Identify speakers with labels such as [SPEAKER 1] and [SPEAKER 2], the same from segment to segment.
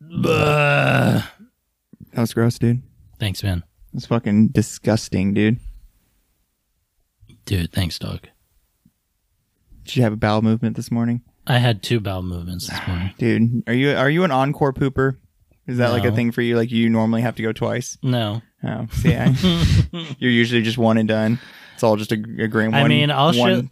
[SPEAKER 1] Bleh.
[SPEAKER 2] That was gross, dude.
[SPEAKER 1] Thanks, man.
[SPEAKER 2] That's fucking disgusting, dude.
[SPEAKER 1] Dude, thanks, dog.
[SPEAKER 2] Did you have a bowel movement this morning,
[SPEAKER 1] I had two bowel movements this morning.
[SPEAKER 2] dude? Are you are you an encore pooper? Is that like a
[SPEAKER 1] No.
[SPEAKER 2] thing for you? Like you normally have to go twice?
[SPEAKER 1] No.
[SPEAKER 2] Oh, see, I, you're usually just one and done. It's all just a, a grand
[SPEAKER 1] I
[SPEAKER 2] one.
[SPEAKER 1] mean, I'll
[SPEAKER 2] one
[SPEAKER 1] shit-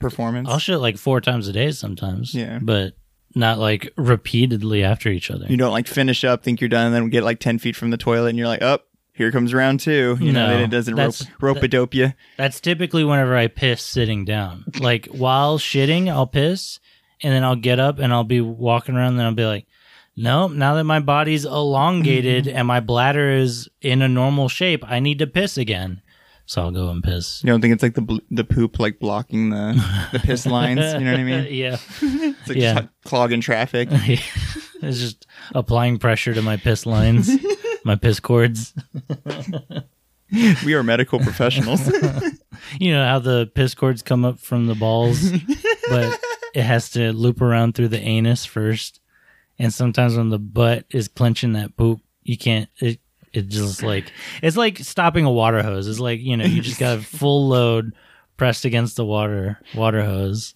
[SPEAKER 2] performance.
[SPEAKER 1] I'll shit like four times a day sometimes.
[SPEAKER 2] Yeah.
[SPEAKER 1] But not like repeatedly after each other.
[SPEAKER 2] you don't like finish up, think you're done, and then get like ten feet from the toilet, and you're like, up. here comes round two. You know,
[SPEAKER 1] No,
[SPEAKER 2] then it doesn't rope
[SPEAKER 1] that's-
[SPEAKER 2] rope a dope you.
[SPEAKER 1] That's typically whenever I piss sitting down. Like while shitting, I'll piss and then I'll get up and I'll be walking around and I'll be like, nope, now that my body's elongated
[SPEAKER 2] Mm-hmm.
[SPEAKER 1] and my bladder is in a normal shape, I need to piss again. So I'll go and piss.
[SPEAKER 2] You don't think it's like the bl- the poop like blocking the the piss lines? You know what I mean?
[SPEAKER 1] yeah.
[SPEAKER 2] It's like
[SPEAKER 1] Yeah.
[SPEAKER 2] just clogging traffic.
[SPEAKER 1] it's just applying pressure to my piss lines, my piss cords.
[SPEAKER 2] we are medical professionals.
[SPEAKER 1] You know how the piss cords come up from the balls, but it has to loop around through the anus first. And sometimes when the butt is clenching that poop, you can't. It it just like it's like stopping a water hose. It's like you know you just got a full load pressed against the water water hose,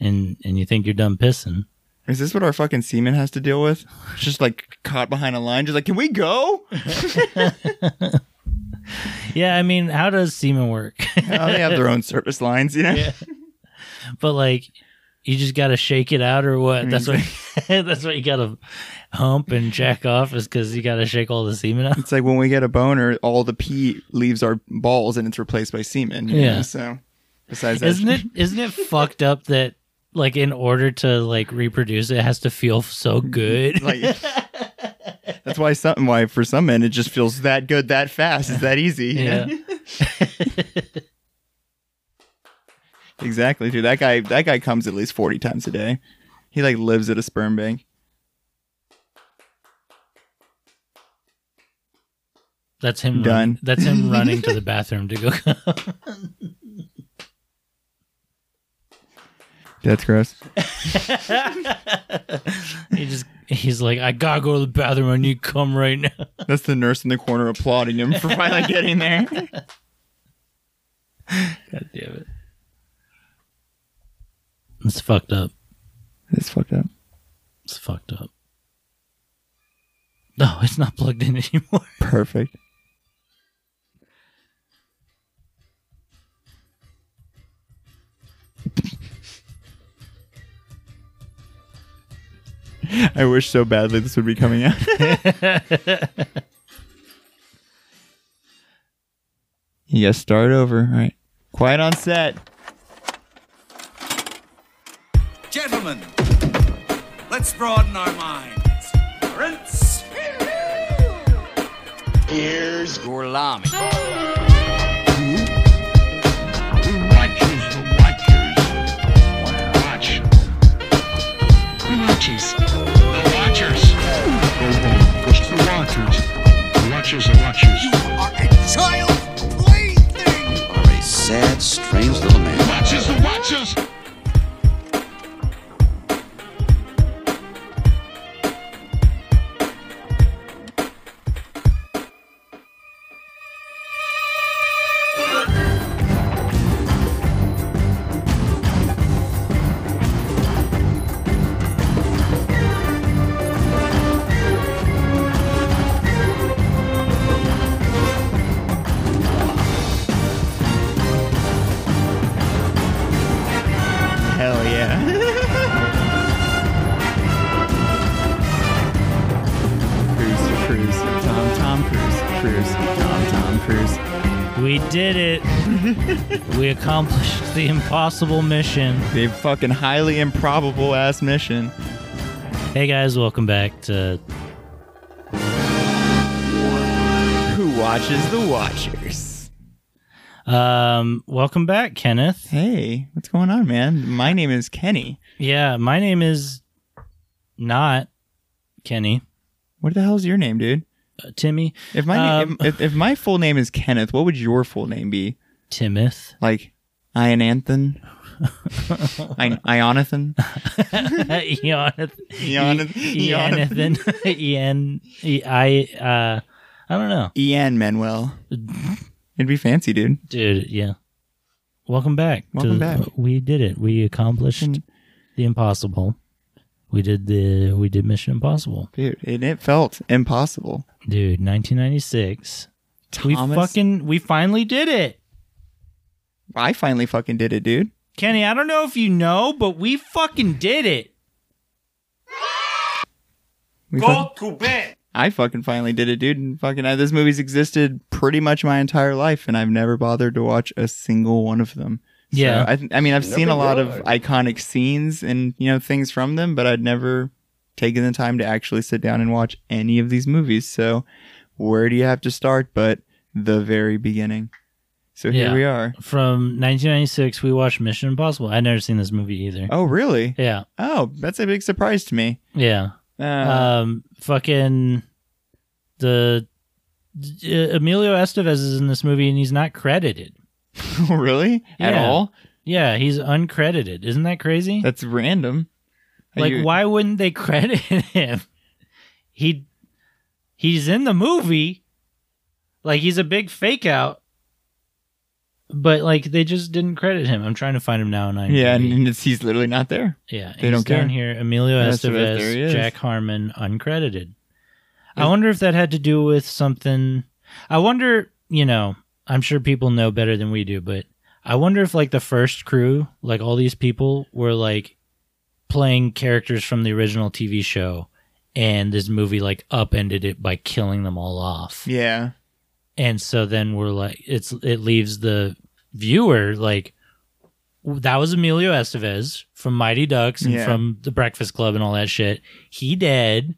[SPEAKER 1] and and you think you're done pissing.
[SPEAKER 2] Is this what our fucking semen has to deal with? It's just like caught behind a line, just like, can we go?
[SPEAKER 1] Yeah, I mean, how does semen work?
[SPEAKER 2] Oh, they have their own service lines, you know?
[SPEAKER 1] Yeah. but like you just gotta shake it out or what that's why that's why you gotta hump and jack off is because you gotta shake all the semen out
[SPEAKER 2] It's like when we get a boner, all the pee leaves our balls and it's replaced by semen. you
[SPEAKER 1] Yeah.
[SPEAKER 2] know? So, besides that,
[SPEAKER 1] isn't it isn't it fucked up that like in order to like reproduce it has to feel so good
[SPEAKER 2] like, that's why some, why for some men it just feels that good that fast. It's that easy. you know?
[SPEAKER 1] yeah
[SPEAKER 2] Exactly, dude. That guy, that guy comes at least forty times a day. He like lives at a sperm bank.
[SPEAKER 1] that's him run-
[SPEAKER 2] Done.
[SPEAKER 1] that's him running to the bathroom to go
[SPEAKER 2] That's gross.
[SPEAKER 1] he just he's like i gotta go to the bathroom i need come right now
[SPEAKER 2] That's the nurse in the corner applauding him for finally getting there.
[SPEAKER 1] god damn it it's fucked up
[SPEAKER 2] That's fucked up.
[SPEAKER 1] It's fucked up. No, it's not plugged in anymore.
[SPEAKER 2] Perfect. I wish so badly this would be coming out. yes, start over. All right. Quiet on set.
[SPEAKER 3] Gentlemen, let's broaden our minds. Rinse. Here's Gorlami.
[SPEAKER 4] Who watches the watchers? Wanna watch? Who watches? The watchers. Go home. Goes to the watchers. The watchers are watchers.
[SPEAKER 3] Are a child plaything. You are a sad, strange little man.
[SPEAKER 4] Watchers the watchers.
[SPEAKER 2] Hell yeah. Cruise, cruise, Tom, Tom, cruise, cruise, Tom, Tom, cruise.
[SPEAKER 1] We did it. we accomplished the impossible mission.
[SPEAKER 2] The fucking highly improbable ass mission.
[SPEAKER 1] Hey guys, welcome back to
[SPEAKER 2] Who watches the Watchers?
[SPEAKER 1] um welcome back, Kenneth.
[SPEAKER 2] Hey, what's going on, man? My name is Kenny.
[SPEAKER 1] Yeah, my name is not Kenny.
[SPEAKER 2] What the hell's your name, dude?
[SPEAKER 1] Uh, Timmy.
[SPEAKER 2] If my
[SPEAKER 1] Um,
[SPEAKER 2] name, if, if my full name is Kenneth, what would your full name be?
[SPEAKER 1] Timothy.
[SPEAKER 2] Like Ian Anthan? I, Ionathan.
[SPEAKER 1] Ionathan.
[SPEAKER 2] Ionath-
[SPEAKER 1] Ionathan. Ian. E- I. Uh, I don't know,
[SPEAKER 2] Ian E Manuel. It'd be fancy, dude.
[SPEAKER 1] dude. Yeah. Welcome back. to the-
[SPEAKER 2] Welcome back.
[SPEAKER 1] We did it. We accomplished
[SPEAKER 2] And-
[SPEAKER 1] the impossible. We did the. We did Mission Impossible,
[SPEAKER 2] Dude, and it felt impossible.
[SPEAKER 1] dude. 1996. We
[SPEAKER 2] Thomas-
[SPEAKER 1] fucking. We finally did it.
[SPEAKER 2] I finally fucking did it, dude.
[SPEAKER 1] Kenny, I don't know if you know, but we fucking did it.
[SPEAKER 2] We Go to bed. I fucking finally did it, dude. And fucking, I, this movie's existed pretty much my entire life, and I've never bothered to watch a single one of them. So,
[SPEAKER 1] Yeah.
[SPEAKER 2] I, th- I mean, I've seen a lot of iconic scenes and you know things from them, but I'd never taken the time to actually sit down and watch any of these movies. So, where do you have to start? But the very beginning. So here
[SPEAKER 1] Yeah.
[SPEAKER 2] we are.
[SPEAKER 1] From 1996, we watched Mission Impossible. I'd never seen this movie either.
[SPEAKER 2] Oh, really?
[SPEAKER 1] Yeah,
[SPEAKER 2] Oh, that's a big surprise to me.
[SPEAKER 1] yeah.
[SPEAKER 2] Uh,
[SPEAKER 1] um, fucking the uh, Emilio Estevez is in this movie and he's not credited.
[SPEAKER 2] really? At
[SPEAKER 1] Uh, yeah.
[SPEAKER 2] all?
[SPEAKER 1] Yeah, he's uncredited. Isn't that crazy?
[SPEAKER 2] That's random. Are
[SPEAKER 1] like,
[SPEAKER 2] you-
[SPEAKER 1] why wouldn't they credit him? He he's in the movie. Like he's a big fake out. But like they just didn't credit him. I'm trying to find him now and I
[SPEAKER 2] Yeah, and, and it's, he's literally not there.
[SPEAKER 1] Yeah,
[SPEAKER 2] They
[SPEAKER 1] he's
[SPEAKER 2] don't care.
[SPEAKER 1] down here. Emilio
[SPEAKER 2] That's right,
[SPEAKER 1] Estevez,
[SPEAKER 2] there he is.
[SPEAKER 1] Jack Harmon, uncredited. I
[SPEAKER 2] Is-
[SPEAKER 1] wonder if that had to do with something. I wonder, you know, I'm sure people know better than we do, but I wonder if like the first crew, like all these people, were like playing characters from the original TV show, and this movie like upended it by killing them all off
[SPEAKER 2] Yeah.
[SPEAKER 1] and so then we're like it's it leaves the viewer like that was Emilio Estevez from Mighty Ducks and
[SPEAKER 2] Yeah.
[SPEAKER 1] from The Breakfast Club and all that shit. He dead.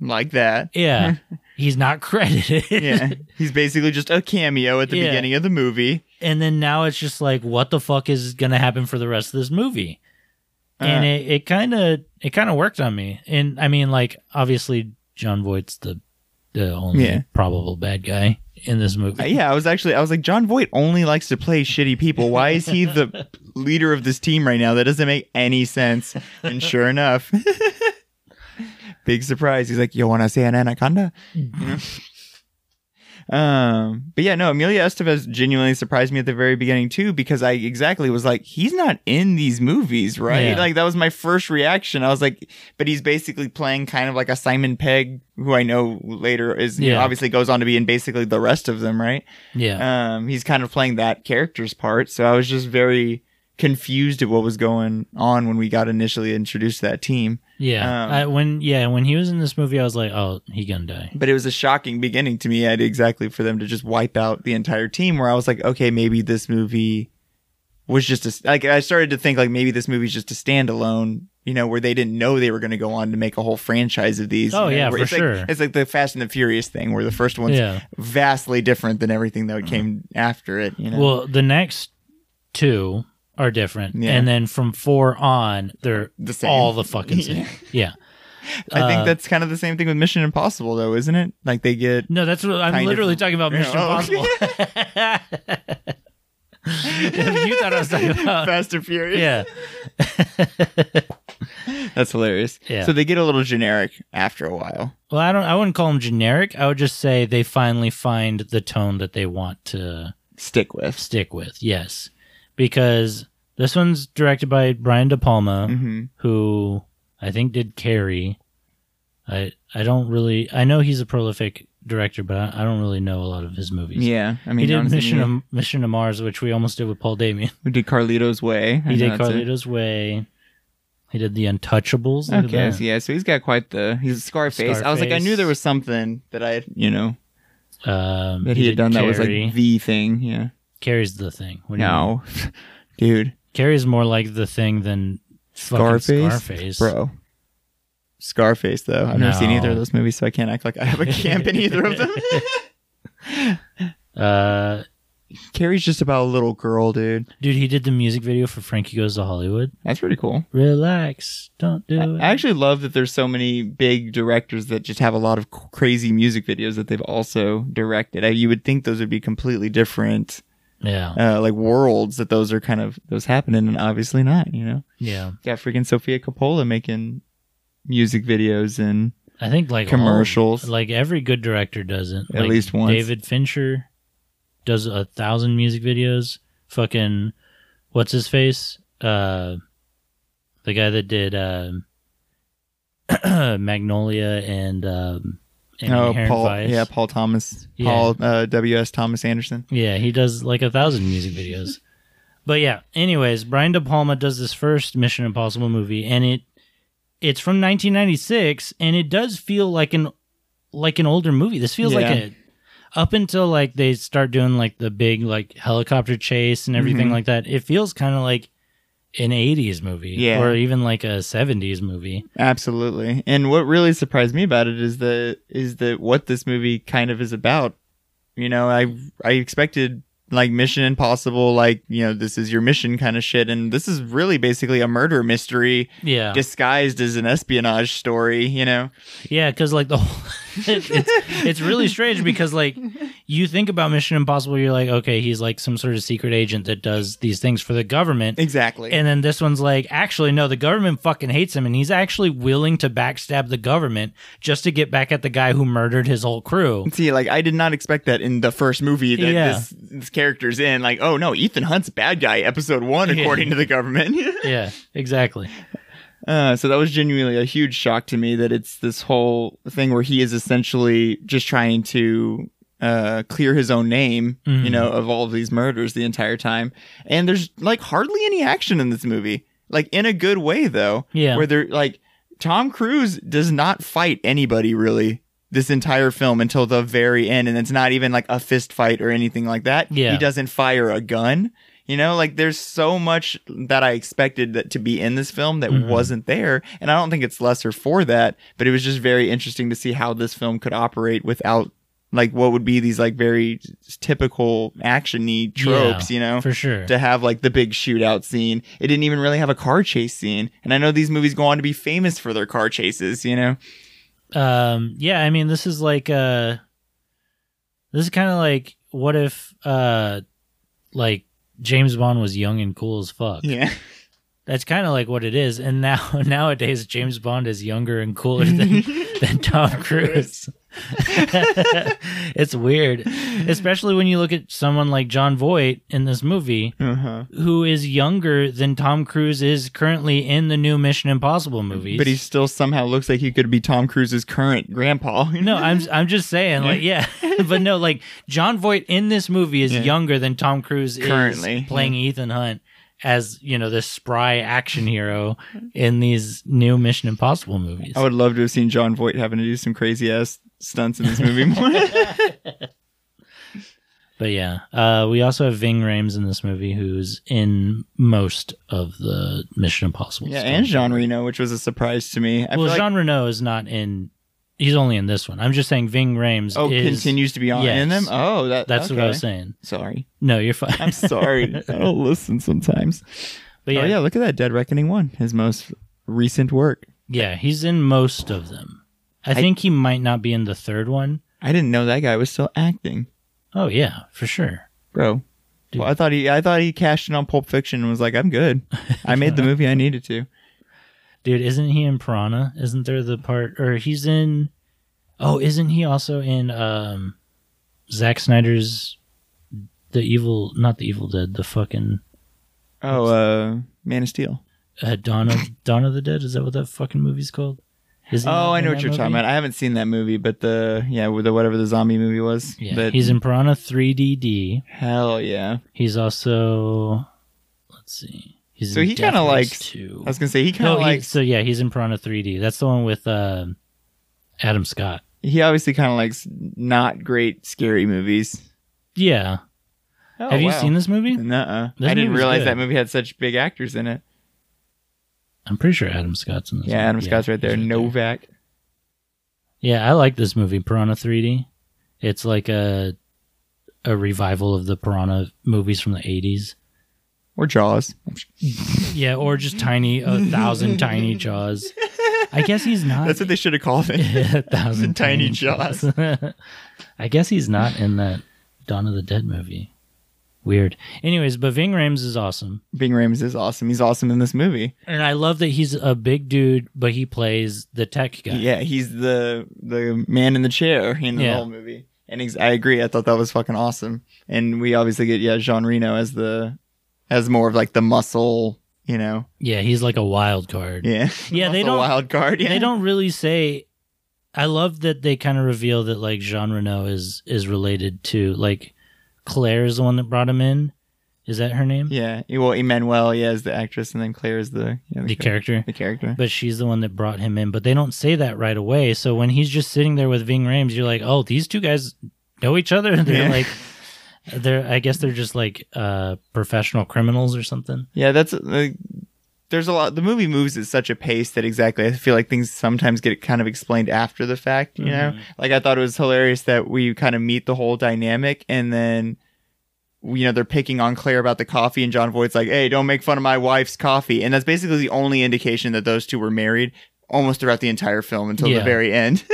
[SPEAKER 2] Like that.
[SPEAKER 1] Yeah. He's not credited.
[SPEAKER 2] Yeah. he's basically just a cameo at the
[SPEAKER 1] Yeah.
[SPEAKER 2] beginning of the movie.
[SPEAKER 1] and then now it's just like what the fuck is going to happen for the rest of this movie? and
[SPEAKER 2] Uh,
[SPEAKER 1] it it kind of it kind of worked on me. And I mean like obviously John Voight's the the only
[SPEAKER 2] Yeah.
[SPEAKER 1] probable bad guy in this movie.
[SPEAKER 2] Uh, yeah, I was actually I was like John Voight only likes to play shitty people. Why is he the leader of this team right now? That doesn't make any sense. And sure enough, big surprise. He's like, "You want to see an anaconda?" You know? um, but yeah, no. Amelia Estevez genuinely surprised me at the very beginning too because I exactly was like, "He's not in these movies, right?"
[SPEAKER 1] Yeah.
[SPEAKER 2] Like that was my first reaction. I was like, "But he's basically playing kind of like a Simon Pegg, who I know later is you know,
[SPEAKER 1] Yeah.
[SPEAKER 2] obviously goes on to be in basically the rest of them, right?"
[SPEAKER 1] Yeah.
[SPEAKER 2] um, he's kind of playing that character's part. So I was just very confused at what was going on when we got initially introduced to that team.
[SPEAKER 1] Yeah,
[SPEAKER 2] Um,
[SPEAKER 1] I, when yeah when he was in this movie, I was like, oh, he gonna die.
[SPEAKER 2] But it was a shocking beginning to me, Ed, exactly for them to just wipe out the entire team. Where I was like, okay, maybe this movie was just a like I started to think like maybe this movie's just a standalone. You know, where they didn't know they were going to go on to make a whole franchise of these.
[SPEAKER 1] Oh,
[SPEAKER 2] you know,
[SPEAKER 1] yeah,
[SPEAKER 2] where
[SPEAKER 1] for
[SPEAKER 2] it's like-
[SPEAKER 1] sure.
[SPEAKER 2] it's like the Fast and the Furious thing, where the first one's
[SPEAKER 1] Yeah. Mm-hmm.
[SPEAKER 2] vastly different than everything that came after it. You know,
[SPEAKER 1] Well, the next two are different,
[SPEAKER 2] Yeah.
[SPEAKER 1] and then from four on, they're
[SPEAKER 2] The same.
[SPEAKER 1] all the fucking same. yeah.
[SPEAKER 2] I
[SPEAKER 1] Uh,
[SPEAKER 2] think that's kind of the same thing with Mission Impossible, though, isn't it? Like they get
[SPEAKER 1] No, that's what I'm
[SPEAKER 2] Kind of-
[SPEAKER 1] literally talking about.
[SPEAKER 2] Yeah,
[SPEAKER 1] Mission
[SPEAKER 2] oh, okay.
[SPEAKER 1] Impossible. you thought I was talking about.
[SPEAKER 2] Fast and Furious.
[SPEAKER 1] Yeah,
[SPEAKER 2] that's hilarious.
[SPEAKER 1] Yeah.
[SPEAKER 2] So they get a little generic after a while.
[SPEAKER 1] well, I don't. I wouldn't call them generic. I would just say they finally find the tone that they want to
[SPEAKER 2] Stick with.
[SPEAKER 1] stick with. Yes, because this one's directed by Brian De Palma,
[SPEAKER 2] hmm
[SPEAKER 1] who I think did Carrie. I I don't really. I know he's a prolific director, but I, I don't really know a lot of his movies.
[SPEAKER 2] Yeah, I mean,
[SPEAKER 1] he did
[SPEAKER 2] honestly,
[SPEAKER 1] Mission
[SPEAKER 2] yeah.
[SPEAKER 1] to, Mission to Mars, which we almost did with Paul Damien.
[SPEAKER 2] we did Carlito's Way. I
[SPEAKER 1] He did
[SPEAKER 2] know that's it.
[SPEAKER 1] Carlito's Way. He did The Untouchables. Look at
[SPEAKER 2] Okay,
[SPEAKER 1] that.
[SPEAKER 2] so yeah, so he's got quite the he's Scarface. I was like, I
[SPEAKER 1] Scarface.
[SPEAKER 2] knew there was something that I, had, you know,
[SPEAKER 1] Um,
[SPEAKER 2] that he, had
[SPEAKER 1] did
[SPEAKER 2] done that was
[SPEAKER 1] Carrie.
[SPEAKER 2] like the thing. Yeah.
[SPEAKER 1] Carrie's the thing. What do you mean?
[SPEAKER 2] No, dude,
[SPEAKER 1] Carrie's more like the thing than fucking
[SPEAKER 2] Scarface,
[SPEAKER 1] Scarface.
[SPEAKER 2] bro. Scarface, though, I've never seen
[SPEAKER 1] No.
[SPEAKER 2] either of those movies, so I can't act like I have a camp in either of them.
[SPEAKER 1] Uh,
[SPEAKER 2] Carrie's just about a little girl, dude.
[SPEAKER 1] dude, he did the music video for Frankie Goes to Hollywood.
[SPEAKER 2] That's pretty cool.
[SPEAKER 1] Relax, don't do it.
[SPEAKER 2] I actually love that there's so many big directors that just have a lot of c- crazy music videos that they've also directed. I, you would think those would be completely different
[SPEAKER 1] Yeah.
[SPEAKER 2] uh, like worlds that those are kind of those happening, and obviously not. You know,
[SPEAKER 1] Yeah.
[SPEAKER 2] got freaking Sofia Coppola making music videos and
[SPEAKER 1] I think like all-
[SPEAKER 2] Commercials.
[SPEAKER 1] like every good director does it.
[SPEAKER 2] At
[SPEAKER 1] Like,
[SPEAKER 2] least once.
[SPEAKER 1] David Fincher does a thousand music videos. Fucking what's his face? Uh, the guy that did uh, Magnolia and um, and Inherent
[SPEAKER 2] Oh, Paul,
[SPEAKER 1] Vice.
[SPEAKER 2] yeah, Paul Thomas,
[SPEAKER 1] Yeah.
[SPEAKER 2] Paul uh, W S Thomas Anderson.
[SPEAKER 1] Yeah, he does like a thousand music videos. but yeah, anyways, Brian De Palma does this first Mission Impossible movie, and it it's from 1996, and it does feel like an like an older movie. This feels like
[SPEAKER 2] Yeah.
[SPEAKER 1] a up until like they start doing like the big like helicopter chase and everything
[SPEAKER 2] Mhm.
[SPEAKER 1] like that. It feels kind of like an 80s movie,
[SPEAKER 2] Yeah.
[SPEAKER 1] or even like a 70s movie.
[SPEAKER 2] Absolutely. And what really surprised me about it is the is the what this movie kind of is about. You know, I I expected like Mission Impossible, like you know, this is your mission kind of shit, and this is really basically a murder mystery
[SPEAKER 1] Yeah,
[SPEAKER 2] disguised as an espionage story. You know,
[SPEAKER 1] Yeah, because like the whole, it's it's really strange because like you think about Mission Impossible, you're like, okay, he's like some sort of secret agent that does these things for the government,
[SPEAKER 2] exactly.
[SPEAKER 1] and then this one's like, actually, no, the government fucking hates him, and he's actually willing to backstab the government just to get back at the guy who murdered his whole crew.
[SPEAKER 2] See, like I did not expect that in the first movie that
[SPEAKER 1] Yeah.
[SPEAKER 2] this, this character's in. Like, oh no, Ethan Hunt's bad guy, episode one,
[SPEAKER 1] Yeah.
[SPEAKER 2] according to the government.
[SPEAKER 1] Yeah, exactly.
[SPEAKER 2] Uh, so that was genuinely a huge shock to me that it's this whole thing where he is essentially just trying to uh, clear his own name,
[SPEAKER 1] Mhm.
[SPEAKER 2] you know, of all of these murders the entire time. And there's like hardly any action in this movie, like in a good way though.
[SPEAKER 1] Yeah.
[SPEAKER 2] Where they're like, Tom Cruise does not fight anybody really this entire film until the very end, and it's not even like a fist fight or anything like that.
[SPEAKER 1] Yeah.
[SPEAKER 2] He doesn't fire a gun. You know, like there's so much that I expected that to be in this film that
[SPEAKER 1] Mhm.
[SPEAKER 2] wasn't there, and I don't think it's lesser for that. But it was just very interesting to see how this film could operate without like what would be these like very typical actiony tropes.
[SPEAKER 1] Yeah,
[SPEAKER 2] you know,
[SPEAKER 1] for sure.
[SPEAKER 2] to have like the big shootout scene. It didn't even really have a car chase scene, and I know these movies go on to be famous for their car chases. You know,
[SPEAKER 1] um yeah i mean this is like uh this is kind of like what if uh like james bond was young and cool as fuck
[SPEAKER 2] yeah.
[SPEAKER 1] that's kind of like what it is and now nowadays james bond is younger and cooler than than tom cruise it's weird especially when you look at someone like john voight in this movie
[SPEAKER 2] uh-huh.
[SPEAKER 1] who is younger than tom cruise is currently in the new mission impossible movies
[SPEAKER 2] But he still somehow looks like he could be Tom Cruise's current grandpa.
[SPEAKER 1] No, I'm I'm just saying, like, yeah, but no, like John Voight in this movie is
[SPEAKER 2] Yeah.
[SPEAKER 1] younger than Tom Cruise is
[SPEAKER 2] Currently,
[SPEAKER 1] playing Ethan Hunt as you know this spry action hero in these new Mission Impossible movies.
[SPEAKER 2] I would love to have seen John Voight having to do some crazy ass stunts in this movie more.
[SPEAKER 1] But yeah, uh, we also have Ving Rhames in this movie, who's in most of the Mission Impossible.
[SPEAKER 2] yeah,
[SPEAKER 1] stuff.
[SPEAKER 2] and Jean Reno, which was a surprise to me. I
[SPEAKER 1] well,
[SPEAKER 2] feel like,
[SPEAKER 1] Jean Reno is not in. He's only in this one. I'm just saying Ving Rhames.
[SPEAKER 2] oh,
[SPEAKER 1] is,
[SPEAKER 2] continues to be on in
[SPEAKER 1] Yes.
[SPEAKER 2] them. Oh, that,
[SPEAKER 1] That's what I was
[SPEAKER 2] okay.
[SPEAKER 1] saying.
[SPEAKER 2] Sorry,
[SPEAKER 1] No, you're fine.
[SPEAKER 2] I'm sorry. I don't listen sometimes.
[SPEAKER 1] but
[SPEAKER 2] Oh yeah, look at that Dead Reckoning one, his most recent work.
[SPEAKER 1] Yeah, he's in most of them. I, think he might not be in the third one.
[SPEAKER 2] I didn't know that guy was still acting,
[SPEAKER 1] Oh yeah, for sure.
[SPEAKER 2] bro.
[SPEAKER 1] Dude.
[SPEAKER 2] Well, I thought he, I thought he cashed in on Pulp Fiction and was like, "I'm good. I made the movie I needed to."
[SPEAKER 1] Dude, isn't he in Piranha? Isn't there the part or he's in Oh, isn't he also in um Zack Snyder's the evil not the evil dead, the fucking
[SPEAKER 2] Oh, uh, Man of Steel.
[SPEAKER 1] uh, Dawn of Dawn of the Dead? Is that what that fucking movie's called? Isn't
[SPEAKER 2] Oh, I know what you're talking about. I haven't seen that movie, but the yeah, with the whatever the zombie movie was.
[SPEAKER 1] Yeah,
[SPEAKER 2] that,
[SPEAKER 1] he's in Piranha 3DD.
[SPEAKER 2] hell yeah.
[SPEAKER 1] He's also let's see. He's
[SPEAKER 2] So
[SPEAKER 1] in
[SPEAKER 2] he
[SPEAKER 1] Death
[SPEAKER 2] kinda
[SPEAKER 1] Race
[SPEAKER 2] likes-
[SPEAKER 1] 2.
[SPEAKER 2] I was gonna say he kind
[SPEAKER 1] No,
[SPEAKER 2] of
[SPEAKER 1] he-
[SPEAKER 2] like
[SPEAKER 1] so yeah, he's in Piranha 3D. That's the one with uh, Adam Scott.
[SPEAKER 2] he obviously kind of likes not great scary movies.
[SPEAKER 1] Yeah.
[SPEAKER 2] Oh,
[SPEAKER 1] Have you seen this movie?
[SPEAKER 2] Nuh-uh.
[SPEAKER 1] This
[SPEAKER 2] I didn't
[SPEAKER 1] movie's
[SPEAKER 2] realize
[SPEAKER 1] good.
[SPEAKER 2] that movie had such big actors in it.
[SPEAKER 1] I'm pretty sure Adam Scott's in this.
[SPEAKER 2] yeah,
[SPEAKER 1] one.
[SPEAKER 2] Adam Scott's right
[SPEAKER 1] he's
[SPEAKER 2] there. Novak.
[SPEAKER 1] Yeah, I like this movie, Piranha 3D. It's like a a revival of the Piranha movies from the 80s.
[SPEAKER 2] Or Jaws.
[SPEAKER 1] Yeah, or just tiny a thousand tiny jaws. I guess he's not.
[SPEAKER 2] That's what they should have called it.
[SPEAKER 1] a thousand
[SPEAKER 2] Tiny
[SPEAKER 1] tiny
[SPEAKER 2] Jaws.
[SPEAKER 1] jaws. I guess he's not in that Dawn of the Dead movie. Weird. Anyways, but Ving Rhames is awesome.
[SPEAKER 2] Bing Rames is awesome. He's awesome in this movie.
[SPEAKER 1] And I love that he's a big dude, but he plays the tech guy.
[SPEAKER 2] Yeah, he's the the man in the chair in the
[SPEAKER 1] Yeah.
[SPEAKER 2] whole movie. And ex- I agree. I thought that was fucking awesome. And we obviously get yeah Jean Reno as the as more of like the muscle, you know.
[SPEAKER 1] Yeah, he's like a wild card.
[SPEAKER 2] Yeah,
[SPEAKER 1] Yeah, they
[SPEAKER 2] Muscle
[SPEAKER 1] don't-
[SPEAKER 2] wild card. Yeah,
[SPEAKER 1] They don't really say I love that they kind of reveal that like Jean Reno is is related to like Claire is the one that brought him in. Is that her name?
[SPEAKER 2] Yeah, well Emmanuel yeah is the actress, and then Claire is the yeah,
[SPEAKER 1] The character.
[SPEAKER 2] The character.
[SPEAKER 1] But she's the one that brought him in. But they don't say that right away. So when he's just sitting there with Ving Rhames, you're like, Oh, these two guys know each other. They're
[SPEAKER 2] Yeah.
[SPEAKER 1] like they're I guess they're just like uh professional criminals or something.
[SPEAKER 2] Yeah, that's like, there's a lot. The movie moves at such a pace that exactly I feel like things sometimes get kind of explained after the fact. You know, like I thought it was hilarious that we kind of meet the whole dynamic and then. You know they're picking on Claire about the coffee, and John Voight's like, "Hey, don't make fun of my wife's coffee," and that's basically the only indication that those two were married almost throughout the entire film until the
[SPEAKER 1] Yeah.
[SPEAKER 2] very end.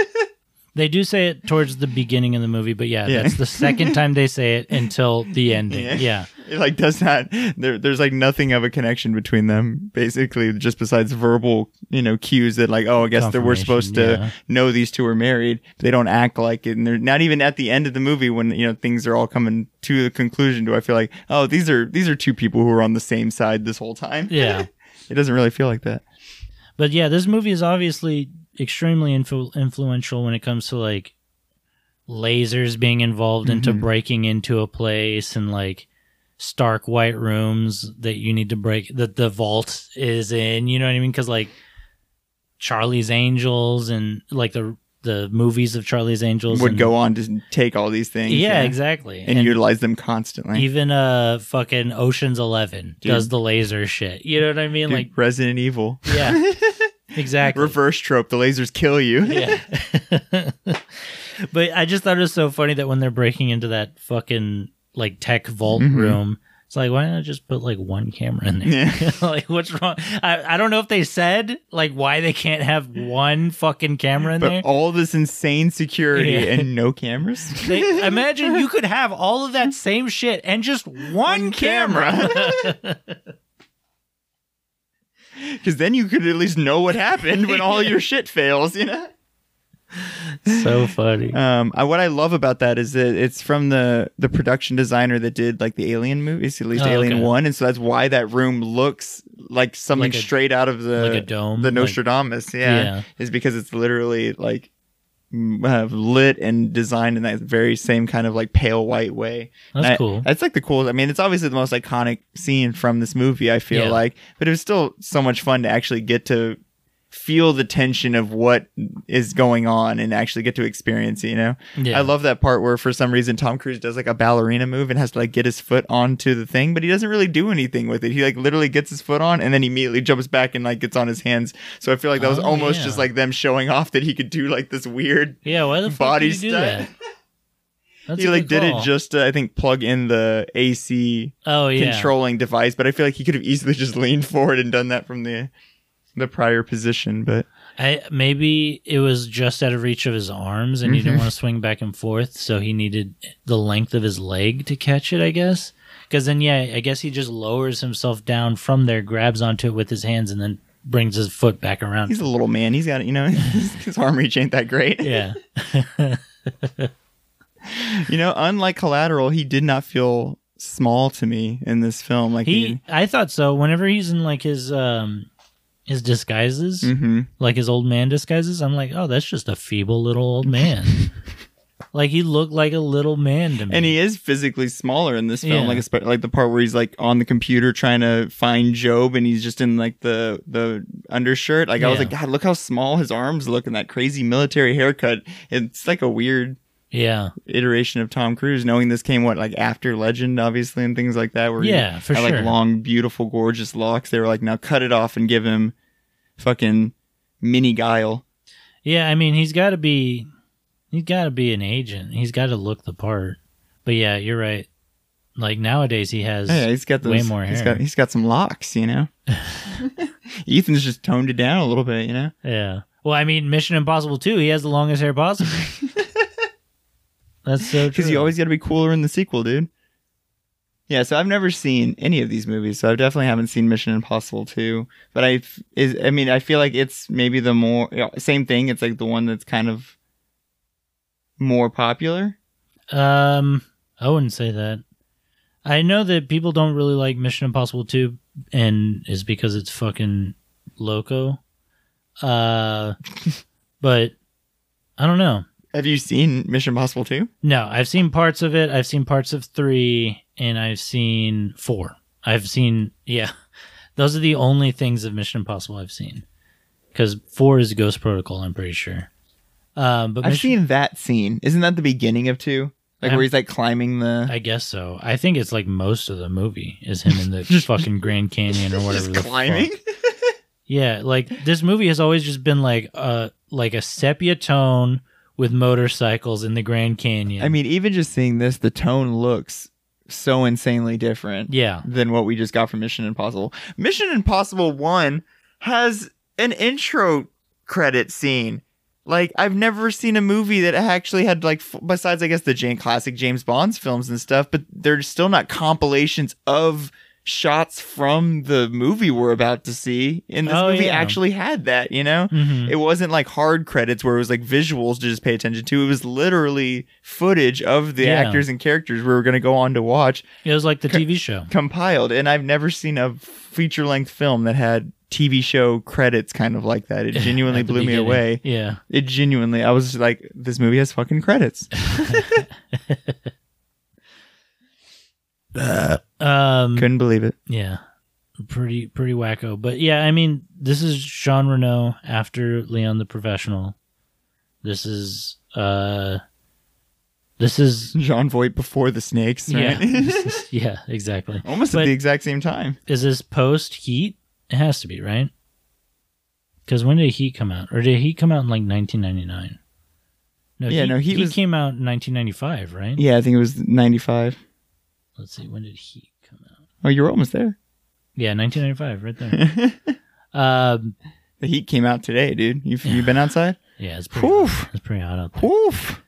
[SPEAKER 1] They do say it towards the beginning of the movie, but yeah,
[SPEAKER 2] Yeah.
[SPEAKER 1] that's the second time they say it until the ending.
[SPEAKER 2] Yeah.
[SPEAKER 1] yeah.
[SPEAKER 2] it like does not there, there's like nothing of a connection between them basically just besides verbal you know cues that like oh i guess that we're supposed to
[SPEAKER 1] Confirmation, yeah.
[SPEAKER 2] know these two are married they don't act like it and they're not even at the end of the movie when you know things are all coming to the conclusion do i feel like oh these are these are two people who are on the same side this whole time
[SPEAKER 1] Yeah.
[SPEAKER 2] it doesn't really feel like that
[SPEAKER 1] But yeah, this movie is obviously extremely influ- influential when it comes to like lasers being involved into
[SPEAKER 2] Mm-hmm.
[SPEAKER 1] breaking into a place and like stark white rooms that you need to break that the vault is in. You know what I mean? Because like Charlie's Angels and like the the movies of Charlie's Angels
[SPEAKER 2] would
[SPEAKER 1] and-
[SPEAKER 2] go on to take all these things
[SPEAKER 1] Yeah, exactly.
[SPEAKER 2] and, utilize them constantly
[SPEAKER 1] Even uh fucking Ocean's Eleven
[SPEAKER 2] Dude.
[SPEAKER 1] does the laser shit. You know what I mean?
[SPEAKER 2] Dude,
[SPEAKER 1] Like
[SPEAKER 2] resident evil
[SPEAKER 1] yeah. exactly.
[SPEAKER 2] reverse trope the lasers kill you
[SPEAKER 1] Yeah. but I just thought it was so funny that when they're breaking into that fucking like tech vault
[SPEAKER 2] Mhm.
[SPEAKER 1] room, it's like why not just put like one camera in there?
[SPEAKER 2] Yeah.
[SPEAKER 1] like what's wrong? I, I don't know if they said like why they can't have one fucking camera in
[SPEAKER 2] but
[SPEAKER 1] there.
[SPEAKER 2] all this insane security
[SPEAKER 1] Yeah.
[SPEAKER 2] and no cameras.
[SPEAKER 1] They, imagine you could have all of that same shit and just one,
[SPEAKER 2] camera. Because then you could at least know what happened when all your shit fails, you know.
[SPEAKER 1] so funny.
[SPEAKER 2] Um, I, what I love about that is that it's from the the production designer that did like the Alien movies, at least
[SPEAKER 1] Oh,
[SPEAKER 2] Alien
[SPEAKER 1] okay.
[SPEAKER 2] One, and so that's why that room looks like something
[SPEAKER 1] Like a-
[SPEAKER 2] straight out of the
[SPEAKER 1] like a dome,
[SPEAKER 2] the
[SPEAKER 1] like-
[SPEAKER 2] Nostradamus. yeah,
[SPEAKER 1] Yeah.
[SPEAKER 2] is because it's literally like m- uh, lit and designed in that very same kind of like pale white way.
[SPEAKER 1] That's
[SPEAKER 2] And I-
[SPEAKER 1] cool.
[SPEAKER 2] That's like the coolest. I mean, it's obviously the most iconic scene from this movie. I feel
[SPEAKER 1] Yeah.
[SPEAKER 2] like, but it was still so much fun to actually get to feel the tension of what is going on and actually get to experience. it, You know,
[SPEAKER 1] Yeah.
[SPEAKER 2] I love that part where for some reason Tom Cruise does like a ballerina move and has to like get his foot onto the thing, but he doesn't really do anything with it. He like literally gets his foot on and then immediately jumps back and like gets on his hands. So I feel like that was
[SPEAKER 1] Oh,
[SPEAKER 2] almost
[SPEAKER 1] yeah.
[SPEAKER 2] just like them showing off that he could do like this weird
[SPEAKER 1] yeah, why the fuck
[SPEAKER 2] body
[SPEAKER 1] did you do
[SPEAKER 2] style.
[SPEAKER 1] that? That's
[SPEAKER 2] he
[SPEAKER 1] a
[SPEAKER 2] like
[SPEAKER 1] good
[SPEAKER 2] did it
[SPEAKER 1] call.
[SPEAKER 2] just to, I think plug in the AC
[SPEAKER 1] oh yeah
[SPEAKER 2] controlling device, but I feel like he could have easily just leaned forward and done that from the the prior position, but
[SPEAKER 1] I maybe it was just out of reach of his arms, and he
[SPEAKER 2] Mm-hmm.
[SPEAKER 1] didn't want to swing back and forth, so he needed the length of his leg to catch it. I guess because then, yeah, I guess he just lowers himself down from there, grabs onto it with his hands, and then brings his foot back around.
[SPEAKER 2] he's a little man. He's got you know his, his arm reach ain't that great.
[SPEAKER 1] yeah,
[SPEAKER 2] You know, unlike Collateral, he did not feel small to me in this film. Like
[SPEAKER 1] he.
[SPEAKER 2] he,
[SPEAKER 1] I thought so. Whenever he's in like his um his disguises,
[SPEAKER 2] hmm
[SPEAKER 1] like his old man disguises, I'm like, oh, that's just a feeble little old man. like he looked like a little man to me.
[SPEAKER 2] and he is physically smaller in this film.
[SPEAKER 1] Yeah.
[SPEAKER 2] Like espe- like the part where he's like on the computer trying to find Job, and he's just in like the the undershirt. Like I was
[SPEAKER 1] Yeah.
[SPEAKER 2] like, God, look how small his arms look in that crazy military haircut. It's like a weird
[SPEAKER 1] yeah.
[SPEAKER 2] iteration of Tom Cruise, knowing this came what like after Legend, obviously, and things like that. Where he
[SPEAKER 1] Yeah, for
[SPEAKER 2] had,
[SPEAKER 1] sure.
[SPEAKER 2] Like long, beautiful, gorgeous locks. They were like, now cut it off and give him fucking mini guile.
[SPEAKER 1] Yeah, I mean, he's got to be, he's got to be an agent. He's got to look the part. But yeah, you're right. Like nowadays, he has.
[SPEAKER 2] Yeah, he's got
[SPEAKER 1] way
[SPEAKER 2] those,
[SPEAKER 1] more
[SPEAKER 2] He's
[SPEAKER 1] hair.
[SPEAKER 2] got he's got some locks, you know. Ethan's just toned it down a little bit, you know.
[SPEAKER 1] Yeah. Well, I mean, Mission Impossible 2, he has the longest hair possible. That's so true.
[SPEAKER 2] Because you always got to be cooler in the sequel, dude. Yeah, so I've never seen any of these movies, so I definitely haven't seen Mission Impossible 2. But I f- is I mean, I feel like it's maybe the more you know, same thing, it's like the one that's kind of more popular.
[SPEAKER 1] Um, I wouldn't say that. I know that people don't really like Mission Impossible 2 and it's because it's fucking loco. Uh but I don't know.
[SPEAKER 2] Have you seen Mission Impossible 2?
[SPEAKER 1] No, I've seen parts of it. I've seen parts of 3 and I've seen 4. I've seen yeah. Those are the only things of Mission Impossible I've seen. Cuz 4 is Ghost Protocol, I'm pretty sure. Um but
[SPEAKER 2] I've
[SPEAKER 1] Mission-
[SPEAKER 2] seen that scene. Isn't that the beginning of 2? Like
[SPEAKER 1] I'm-
[SPEAKER 2] where he's like climbing the
[SPEAKER 1] I guess so. I think it's like most of the movie is him in the fucking Grand Canyon or whatever.
[SPEAKER 2] just
[SPEAKER 1] the fuck.
[SPEAKER 2] climbing?
[SPEAKER 1] Yeah, like this movie has always just been like a like a sepia tone with motorcycles in the Grand Canyon.
[SPEAKER 2] I mean, even just seeing this, the tone looks so insanely different
[SPEAKER 1] yeah,
[SPEAKER 2] than what we just got from Mission Impossible. Mission Impossible 1 has an intro credit scene. Like, I've never seen a movie that actually had, like, f- besides, I guess, the Jane classic James Bond's films and stuff, but they're still not compilations of shots from the movie we're about to see. And this
[SPEAKER 1] Oh,
[SPEAKER 2] movie
[SPEAKER 1] yeah.
[SPEAKER 2] actually had that, you know?
[SPEAKER 1] hmm
[SPEAKER 2] It wasn't like hard credits where it was like visuals to just pay attention to. It was literally footage of the
[SPEAKER 1] Yeah.
[SPEAKER 2] actors and characters we were going to go on to watch
[SPEAKER 1] it was like the TV show.
[SPEAKER 2] compiled. And I've never seen a feature length film that had TV show credits kind of like that. It genuinely
[SPEAKER 1] at the
[SPEAKER 2] blew me
[SPEAKER 1] beginning.
[SPEAKER 2] away.
[SPEAKER 1] Yeah,
[SPEAKER 2] It genuinely, I was just like, this movie has fucking credits.
[SPEAKER 1] um,
[SPEAKER 2] Couldn't believe it.
[SPEAKER 1] yeah, pretty pretty wacko. But yeah, I mean, this is Jean Reno after Leon the Professional. This is uh, this is
[SPEAKER 2] John Voight before the snakes,
[SPEAKER 1] yeah,
[SPEAKER 2] right?
[SPEAKER 1] this is- yeah, exactly.
[SPEAKER 2] Almost at
[SPEAKER 1] But-
[SPEAKER 2] the exact same time.
[SPEAKER 1] Is this post Heat? It has to be, right? Because when did Heat come out? Or did Heat come out in like 1999? No,
[SPEAKER 2] Yeah,
[SPEAKER 1] Heat,
[SPEAKER 2] no, Heat
[SPEAKER 1] Heat
[SPEAKER 2] was-
[SPEAKER 1] came out in 1995, right?
[SPEAKER 2] Yeah, I think it was 95.
[SPEAKER 1] Let's see, when did Heat come out?
[SPEAKER 2] Oh, you were almost there.
[SPEAKER 1] Yeah, 1995, right there.
[SPEAKER 2] the
[SPEAKER 1] um,
[SPEAKER 2] heat came out today, dude. You've, you've been outside?
[SPEAKER 1] yeah, it's pretty,
[SPEAKER 2] Whew.
[SPEAKER 1] hot. it's pretty hot out there.
[SPEAKER 2] Oof.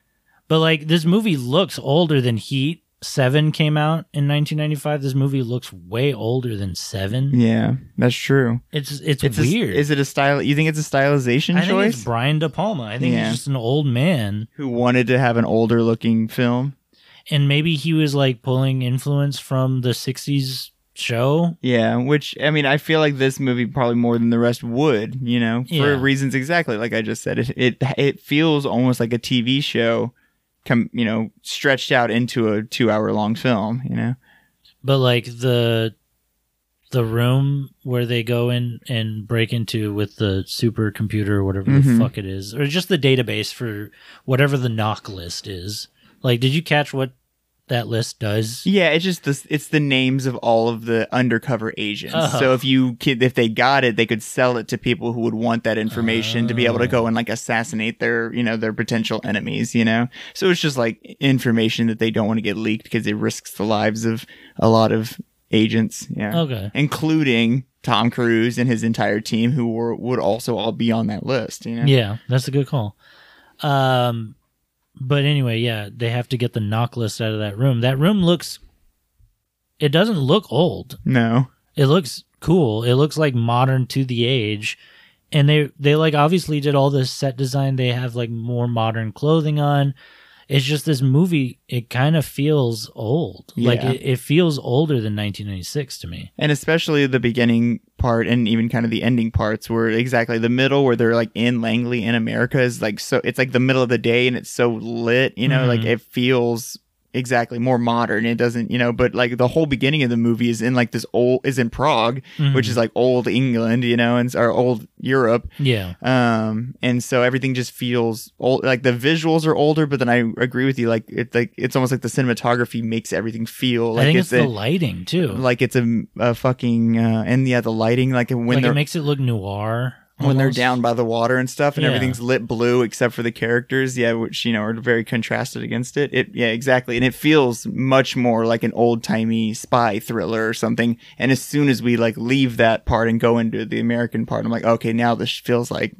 [SPEAKER 1] But like, this movie looks older than Heat. Seven came out in 1995. This movie looks way older than Seven.
[SPEAKER 2] Yeah, that's true.
[SPEAKER 1] It's it's,
[SPEAKER 2] It's a-
[SPEAKER 1] weird.
[SPEAKER 2] is it a style? You think it's a stylization
[SPEAKER 1] I think
[SPEAKER 2] choice?
[SPEAKER 1] it's Brian De Palma. I think
[SPEAKER 2] Yeah.
[SPEAKER 1] he's just an old man.
[SPEAKER 2] Who wanted to have an older looking film?
[SPEAKER 1] and maybe he was like pulling influence from the 60s show
[SPEAKER 2] Yeah, which I mean, I feel like this movie probably more than the rest would, you know, for
[SPEAKER 1] Yeah.
[SPEAKER 2] reasons exactly like I just said. It it it feels almost like a TV show, come you know, stretched out into a two hour long film, you know.
[SPEAKER 1] but like the the room where they go in and break into with the supercomputer or whatever
[SPEAKER 2] Mhm.
[SPEAKER 1] the fuck it is or just the database for whatever the knock list is like did you catch what that list does
[SPEAKER 2] Yeah, it's just this. It's the names of all of the undercover agents.
[SPEAKER 1] Oh.
[SPEAKER 2] So if you could, if they got it, they could sell it to people who would want that information to be able to go and like assassinate their, you know, their potential enemies. You know, so it's just like information that they don't want to get leaked because it risks the lives of a lot of agents. Yeah,
[SPEAKER 1] okay
[SPEAKER 2] including Tom Cruise and his entire team, who were, would also all be on that list. You know,
[SPEAKER 1] yeah that's a good call um but anyway yeah they have to get the knock list out of that room that room looks it doesn't look old
[SPEAKER 2] no,
[SPEAKER 1] It looks cool. It looks like modern to the age. And they they like obviously did all this set design. They have like more modern clothing on. It's just this movie. It kind of feels old. Like
[SPEAKER 2] Yeah.
[SPEAKER 1] it, it feels older than 1996 to me.
[SPEAKER 2] and especially the beginning part and even kind of the ending parts where exactly the middle where they're like in Langley in America is like so it's like the middle of the day and it's so lit, you know, like
[SPEAKER 1] Mhm.
[SPEAKER 2] it feels exactly more modern. It doesn't, you know, but like the whole beginning of the movie is in like this old is in Prague,
[SPEAKER 1] Mm-hmm.
[SPEAKER 2] which is like old England, you know, and or old Europe.
[SPEAKER 1] yeah,
[SPEAKER 2] Um and so everything just feels old like the visuals are older, but then I agree with you like it's like it's almost like the cinematography makes everything feel like
[SPEAKER 1] I think it's,
[SPEAKER 2] a-
[SPEAKER 1] the lighting too. Like,
[SPEAKER 2] like it's a, a fucking uh, and yeah the lighting like when
[SPEAKER 1] it
[SPEAKER 2] they're
[SPEAKER 1] makes it look noir
[SPEAKER 2] when they're
[SPEAKER 1] almost.
[SPEAKER 2] down by the water and stuff and
[SPEAKER 1] Yeah.
[SPEAKER 2] everything's lit blue except for the characters yeah which you know are very contrasted against it it yeah exactly and it feels much more like an old-timey spy thriller or something and as soon as we like leave that part and go into the american part i'm like okay now this feels like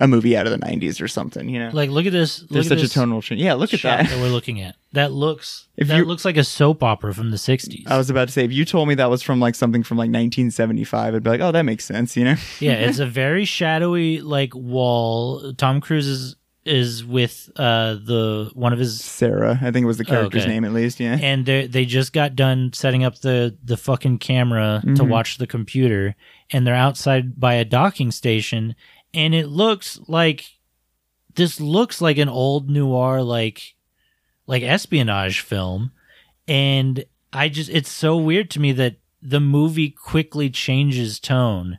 [SPEAKER 2] a movie out of the 90s or something you know
[SPEAKER 1] Like look at this. Look
[SPEAKER 2] there's
[SPEAKER 1] at
[SPEAKER 2] such a
[SPEAKER 1] this
[SPEAKER 2] tonal change yeah look at
[SPEAKER 1] shot
[SPEAKER 2] that
[SPEAKER 1] that we're looking at. that looks
[SPEAKER 2] If
[SPEAKER 1] that
[SPEAKER 2] you-
[SPEAKER 1] looks like a soap opera from the '60s.
[SPEAKER 2] I was about to say, if you told me that was from like something from like 1975, I'd be like, oh, that makes sense, you know?
[SPEAKER 1] yeah, it's a very shadowy like wall. Tom Cruise is is with uh the one of his
[SPEAKER 2] Sarah, I think it was the
[SPEAKER 1] Oh,
[SPEAKER 2] character's
[SPEAKER 1] Okay.
[SPEAKER 2] name at least, yeah.
[SPEAKER 1] and they they just got done setting up the the fucking camera to
[SPEAKER 2] Mhm.
[SPEAKER 1] watch the computer and they're outside by a docking station and it looks like this looks like an old noir like like espionage film and I just it's so weird to me that the movie quickly changes tone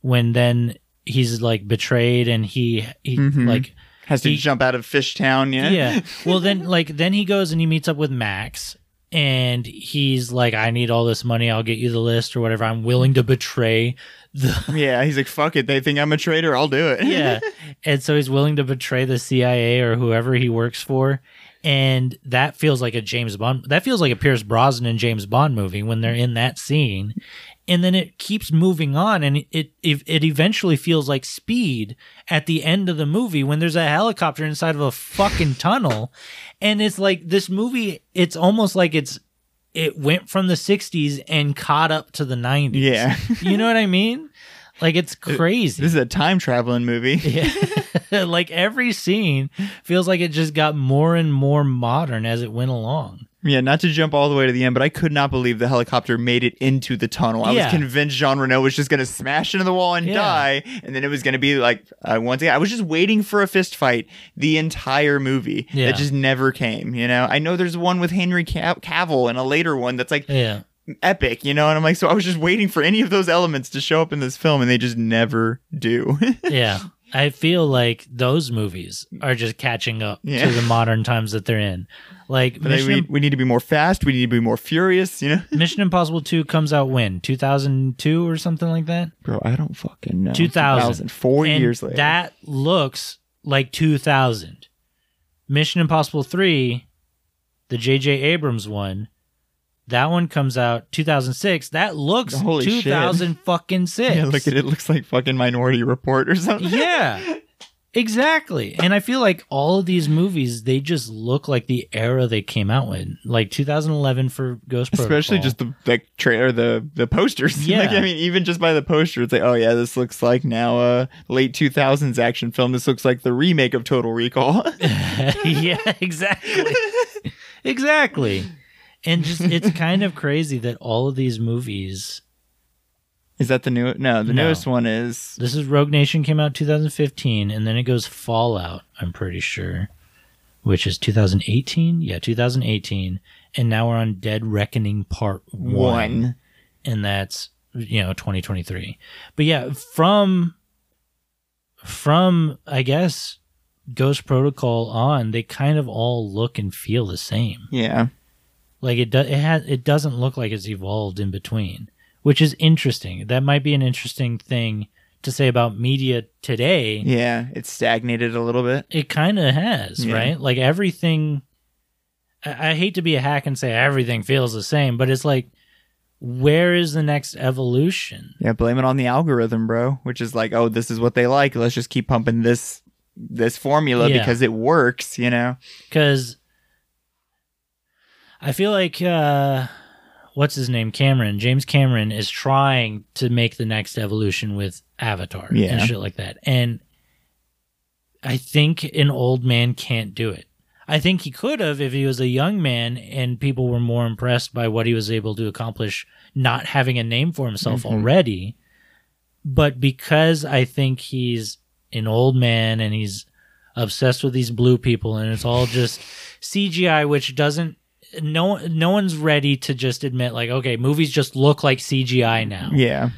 [SPEAKER 1] when then he's like betrayed and he he
[SPEAKER 2] Mhm.
[SPEAKER 1] like
[SPEAKER 2] Has to
[SPEAKER 1] he-
[SPEAKER 2] jump out of Fish Town, yeah?
[SPEAKER 1] yeah. Well, then, like, then he goes and he meets up with Max, and he's like, "I need all this money. I'll get you the list or whatever. I'm willing to betray the
[SPEAKER 2] Yeah, he's like, fuck it. They think I'm a traitor. I'll do it.
[SPEAKER 1] yeah." And so he's willing to betray the CIA or whoever he works for, and that feels like a James Bond. That feels like a Pierce Brosnan James Bond movie when they're in that scene. And then it keeps moving on, and it, it it eventually feels like speed at the end of the movie when there's a helicopter inside of a fucking tunnel, and it's like this movie it's almost like it's it went from the 60s and caught up to the 90s
[SPEAKER 2] Yeah.
[SPEAKER 1] you know what i mean like it's crazy
[SPEAKER 2] This is a time traveling movie.
[SPEAKER 1] Yeah. like every scene feels like it just got more and more modern as it went along
[SPEAKER 2] Yeah, not to jump all the way to the end, but I could not believe the helicopter made it into the tunnel. I
[SPEAKER 1] Yeah.
[SPEAKER 2] was convinced Jean Reno was just going to smash into the wall and
[SPEAKER 1] Yeah.
[SPEAKER 2] die. And then it was going to be like, uh, once again, I was just waiting for a fist fight the entire movie.
[SPEAKER 1] Yeah.
[SPEAKER 2] That just never came, you know? I know there's one with Henry Cav- Cavill and a later one that's like
[SPEAKER 1] yeah
[SPEAKER 2] epic, you know? And I'm like, so I was just waiting for any of those elements to show up in this film, and they just never do.
[SPEAKER 1] yeah i feel like those movies are just catching up
[SPEAKER 2] Yeah.
[SPEAKER 1] to the modern times that they're in like
[SPEAKER 2] But I,
[SPEAKER 1] Mission,
[SPEAKER 2] we, we need to be more fast. We need to be more furious, you know?
[SPEAKER 1] Mission impossible 2 comes out when 2002 or something like that
[SPEAKER 2] Bro, I don't fucking know.
[SPEAKER 1] 2000.
[SPEAKER 2] Four
[SPEAKER 1] And
[SPEAKER 2] years later.
[SPEAKER 1] That looks like 2000. Mission Impossible 3, the J.J. Abrams one, that one comes out 2006. That looks
[SPEAKER 2] Holy shit.
[SPEAKER 1] 2000 fucking six.
[SPEAKER 2] yeah, look at it. Looks like fucking Minority Report or something.
[SPEAKER 1] Yeah. Exactly. And I feel like all of these movies, they just look like the era they came out with. Like 2011 for Ghost Protocol.
[SPEAKER 2] Especially just the like trailer, the the posters.
[SPEAKER 1] Yeah.
[SPEAKER 2] like, I mean, even just by the poster, it's like, oh yeah, this looks like now a late two thousands action film. This looks like the remake of Total Recall.
[SPEAKER 1] yeah, exactly. exactly. And just it's kind of crazy that all of these movies
[SPEAKER 2] is that the new? No, the
[SPEAKER 1] No.
[SPEAKER 2] newest one is.
[SPEAKER 1] This is Rogue Nation came out 2015 and then it goes Fallout, I'm pretty sure, which is 2018. Yeah, 2018. And now we're on Dead Reckoning Part 1.
[SPEAKER 2] One.
[SPEAKER 1] And that's, you know, 2023. But yeah, from from I guess Ghost Protocol on, they kind of all look and feel the same.
[SPEAKER 2] Yeah,
[SPEAKER 1] Like it does, it has, it doesn't look like it's evolved in between, which is interesting. That might be an interesting thing to say about media today.
[SPEAKER 2] yeah, it stagnated a little bit.
[SPEAKER 1] It kind of has,
[SPEAKER 2] Yeah.
[SPEAKER 1] right? Like everything. I, I hate to be a hack and say everything feels the same, but it's like, where is the next evolution?
[SPEAKER 2] Yeah, blame it on the algorithm, bro. Which is like, oh, this is what they like. Let's just keep pumping this this formula
[SPEAKER 1] Yeah.
[SPEAKER 2] because it works. You know.
[SPEAKER 1] Because I feel like uh, what's his name, Cameron, James Cameron, is trying to make the next evolution with Avatar and
[SPEAKER 2] Yeah.
[SPEAKER 1] shit like that. And I think an old man can't do it. I think he could have if he was a young man and people were more impressed by what he was able to accomplish, not having a name for himself
[SPEAKER 2] Mhm.
[SPEAKER 1] already. But because I think he's an old man and he's obsessed with these blue people and it's all just CGI, which doesn't no no one's ready to just admit like okay movies just look like CGI now
[SPEAKER 2] Yeah.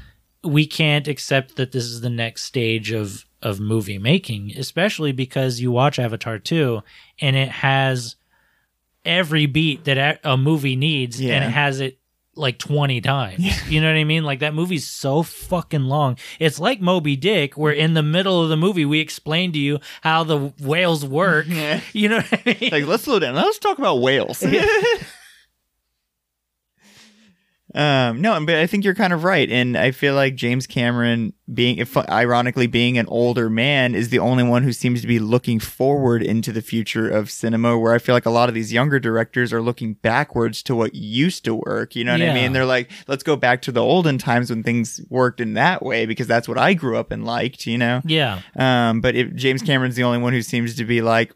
[SPEAKER 1] we can't accept that this is the next stage of of movie making, especially because you watch Avatar 2 and it has every beat that a a movie needs and
[SPEAKER 2] Yeah.
[SPEAKER 1] it has it like 20 times. You know what I mean? Like that movie's so fucking long. It's like Moby Dick where in the middle of the movie we explain to you how the whales work.
[SPEAKER 2] Yeah.
[SPEAKER 1] You know what I mean?
[SPEAKER 2] like let's slow down. Let's talk about whales. Um, no, but I think you're kind of right, and I feel like James Cameron, being if, ironically being an older man, is the only one who seems to be looking forward into the future of cinema. Where I feel like a lot of these younger directors are looking backwards to what used to work. You know what I
[SPEAKER 1] Yeah.
[SPEAKER 2] mean? They're like, let's go back to the olden times when things worked in that way because that's what I grew up and liked. You know?
[SPEAKER 1] Yeah.
[SPEAKER 2] Um, but if James Cameron's the only one who seems to be like,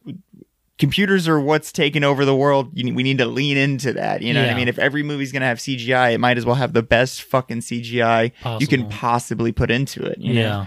[SPEAKER 2] computers are what's taking over the world. You, we need to lean into that. You know what I
[SPEAKER 1] Yeah.
[SPEAKER 2] mean? If every movie's gonna have CGI, it might as well have the best fucking CGI you can
[SPEAKER 1] Possible.
[SPEAKER 2] possibly put into it. you know?
[SPEAKER 1] Yeah.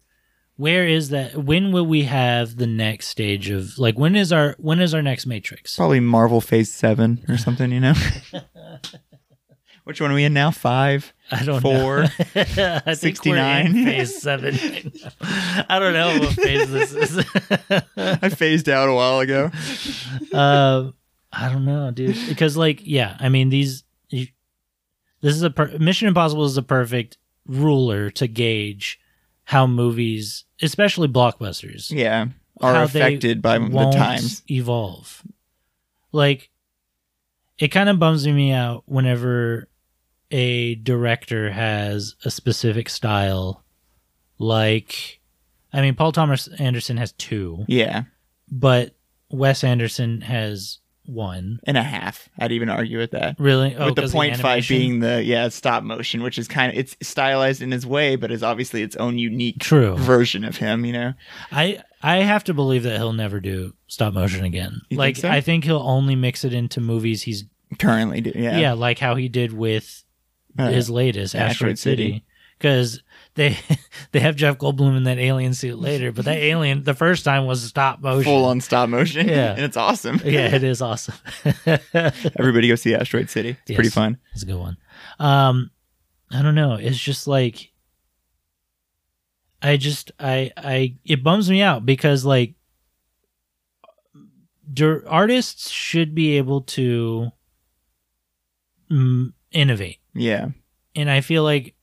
[SPEAKER 1] where is that when will we have the next stage of like when is our when is our next matrix?
[SPEAKER 2] Probably Marvel Phase Seven or something. You know? Which one are we in now? Five.
[SPEAKER 1] I don't
[SPEAKER 2] Four.
[SPEAKER 1] know. I think we're in
[SPEAKER 2] 69.
[SPEAKER 1] phase 7. I don't know what phase this is.
[SPEAKER 2] I phased out a while ago.
[SPEAKER 1] uh, I don't know, dude. Because like, yeah, I mean these. You, this is a per- Mission Impossible is a perfect ruler to gauge how movies, especially blockbusters,
[SPEAKER 2] Yeah. Are
[SPEAKER 1] how they
[SPEAKER 2] affected by the
[SPEAKER 1] won't
[SPEAKER 2] times.
[SPEAKER 1] Evolve. Like, it kind of bums me out whenever a director has a specific style. Like, I mean, Paul Thomas Anderson has two,
[SPEAKER 2] Yeah.
[SPEAKER 1] but Wes Anderson has one.
[SPEAKER 2] And a half. I'd even argue with that.
[SPEAKER 1] Really? Oh,
[SPEAKER 2] with the
[SPEAKER 1] 'cause
[SPEAKER 2] point five
[SPEAKER 1] animation?
[SPEAKER 2] being the yeah stop motion, which is kind of it's stylized in his way, but is obviously its own unique
[SPEAKER 1] True.
[SPEAKER 2] version of him. You know,
[SPEAKER 1] I I have to believe that he'll never do stop motion again.
[SPEAKER 2] You think
[SPEAKER 1] like
[SPEAKER 2] so?
[SPEAKER 1] I think he'll only mix it into movies he's
[SPEAKER 2] currently do yeah
[SPEAKER 1] yeah, like how he did with
[SPEAKER 2] Uh,
[SPEAKER 1] his latest
[SPEAKER 2] Asteroid
[SPEAKER 1] Asteroid,
[SPEAKER 2] City.
[SPEAKER 1] City. Cuz they they have Jeff Goldblum in that alien suit later, but that alien the first time was stop motion.
[SPEAKER 2] full on stop motion.
[SPEAKER 1] Yeah.
[SPEAKER 2] and it's awesome.
[SPEAKER 1] Yeah, it is awesome.
[SPEAKER 2] everybody go see Asteroid City. It's
[SPEAKER 1] Yes.
[SPEAKER 2] pretty fun.
[SPEAKER 1] It's a good one. Um, I don't know. It's just like I just I I it bums me out because like dir- artists should be able to mm, innovate,
[SPEAKER 2] Yeah,
[SPEAKER 1] and I feel like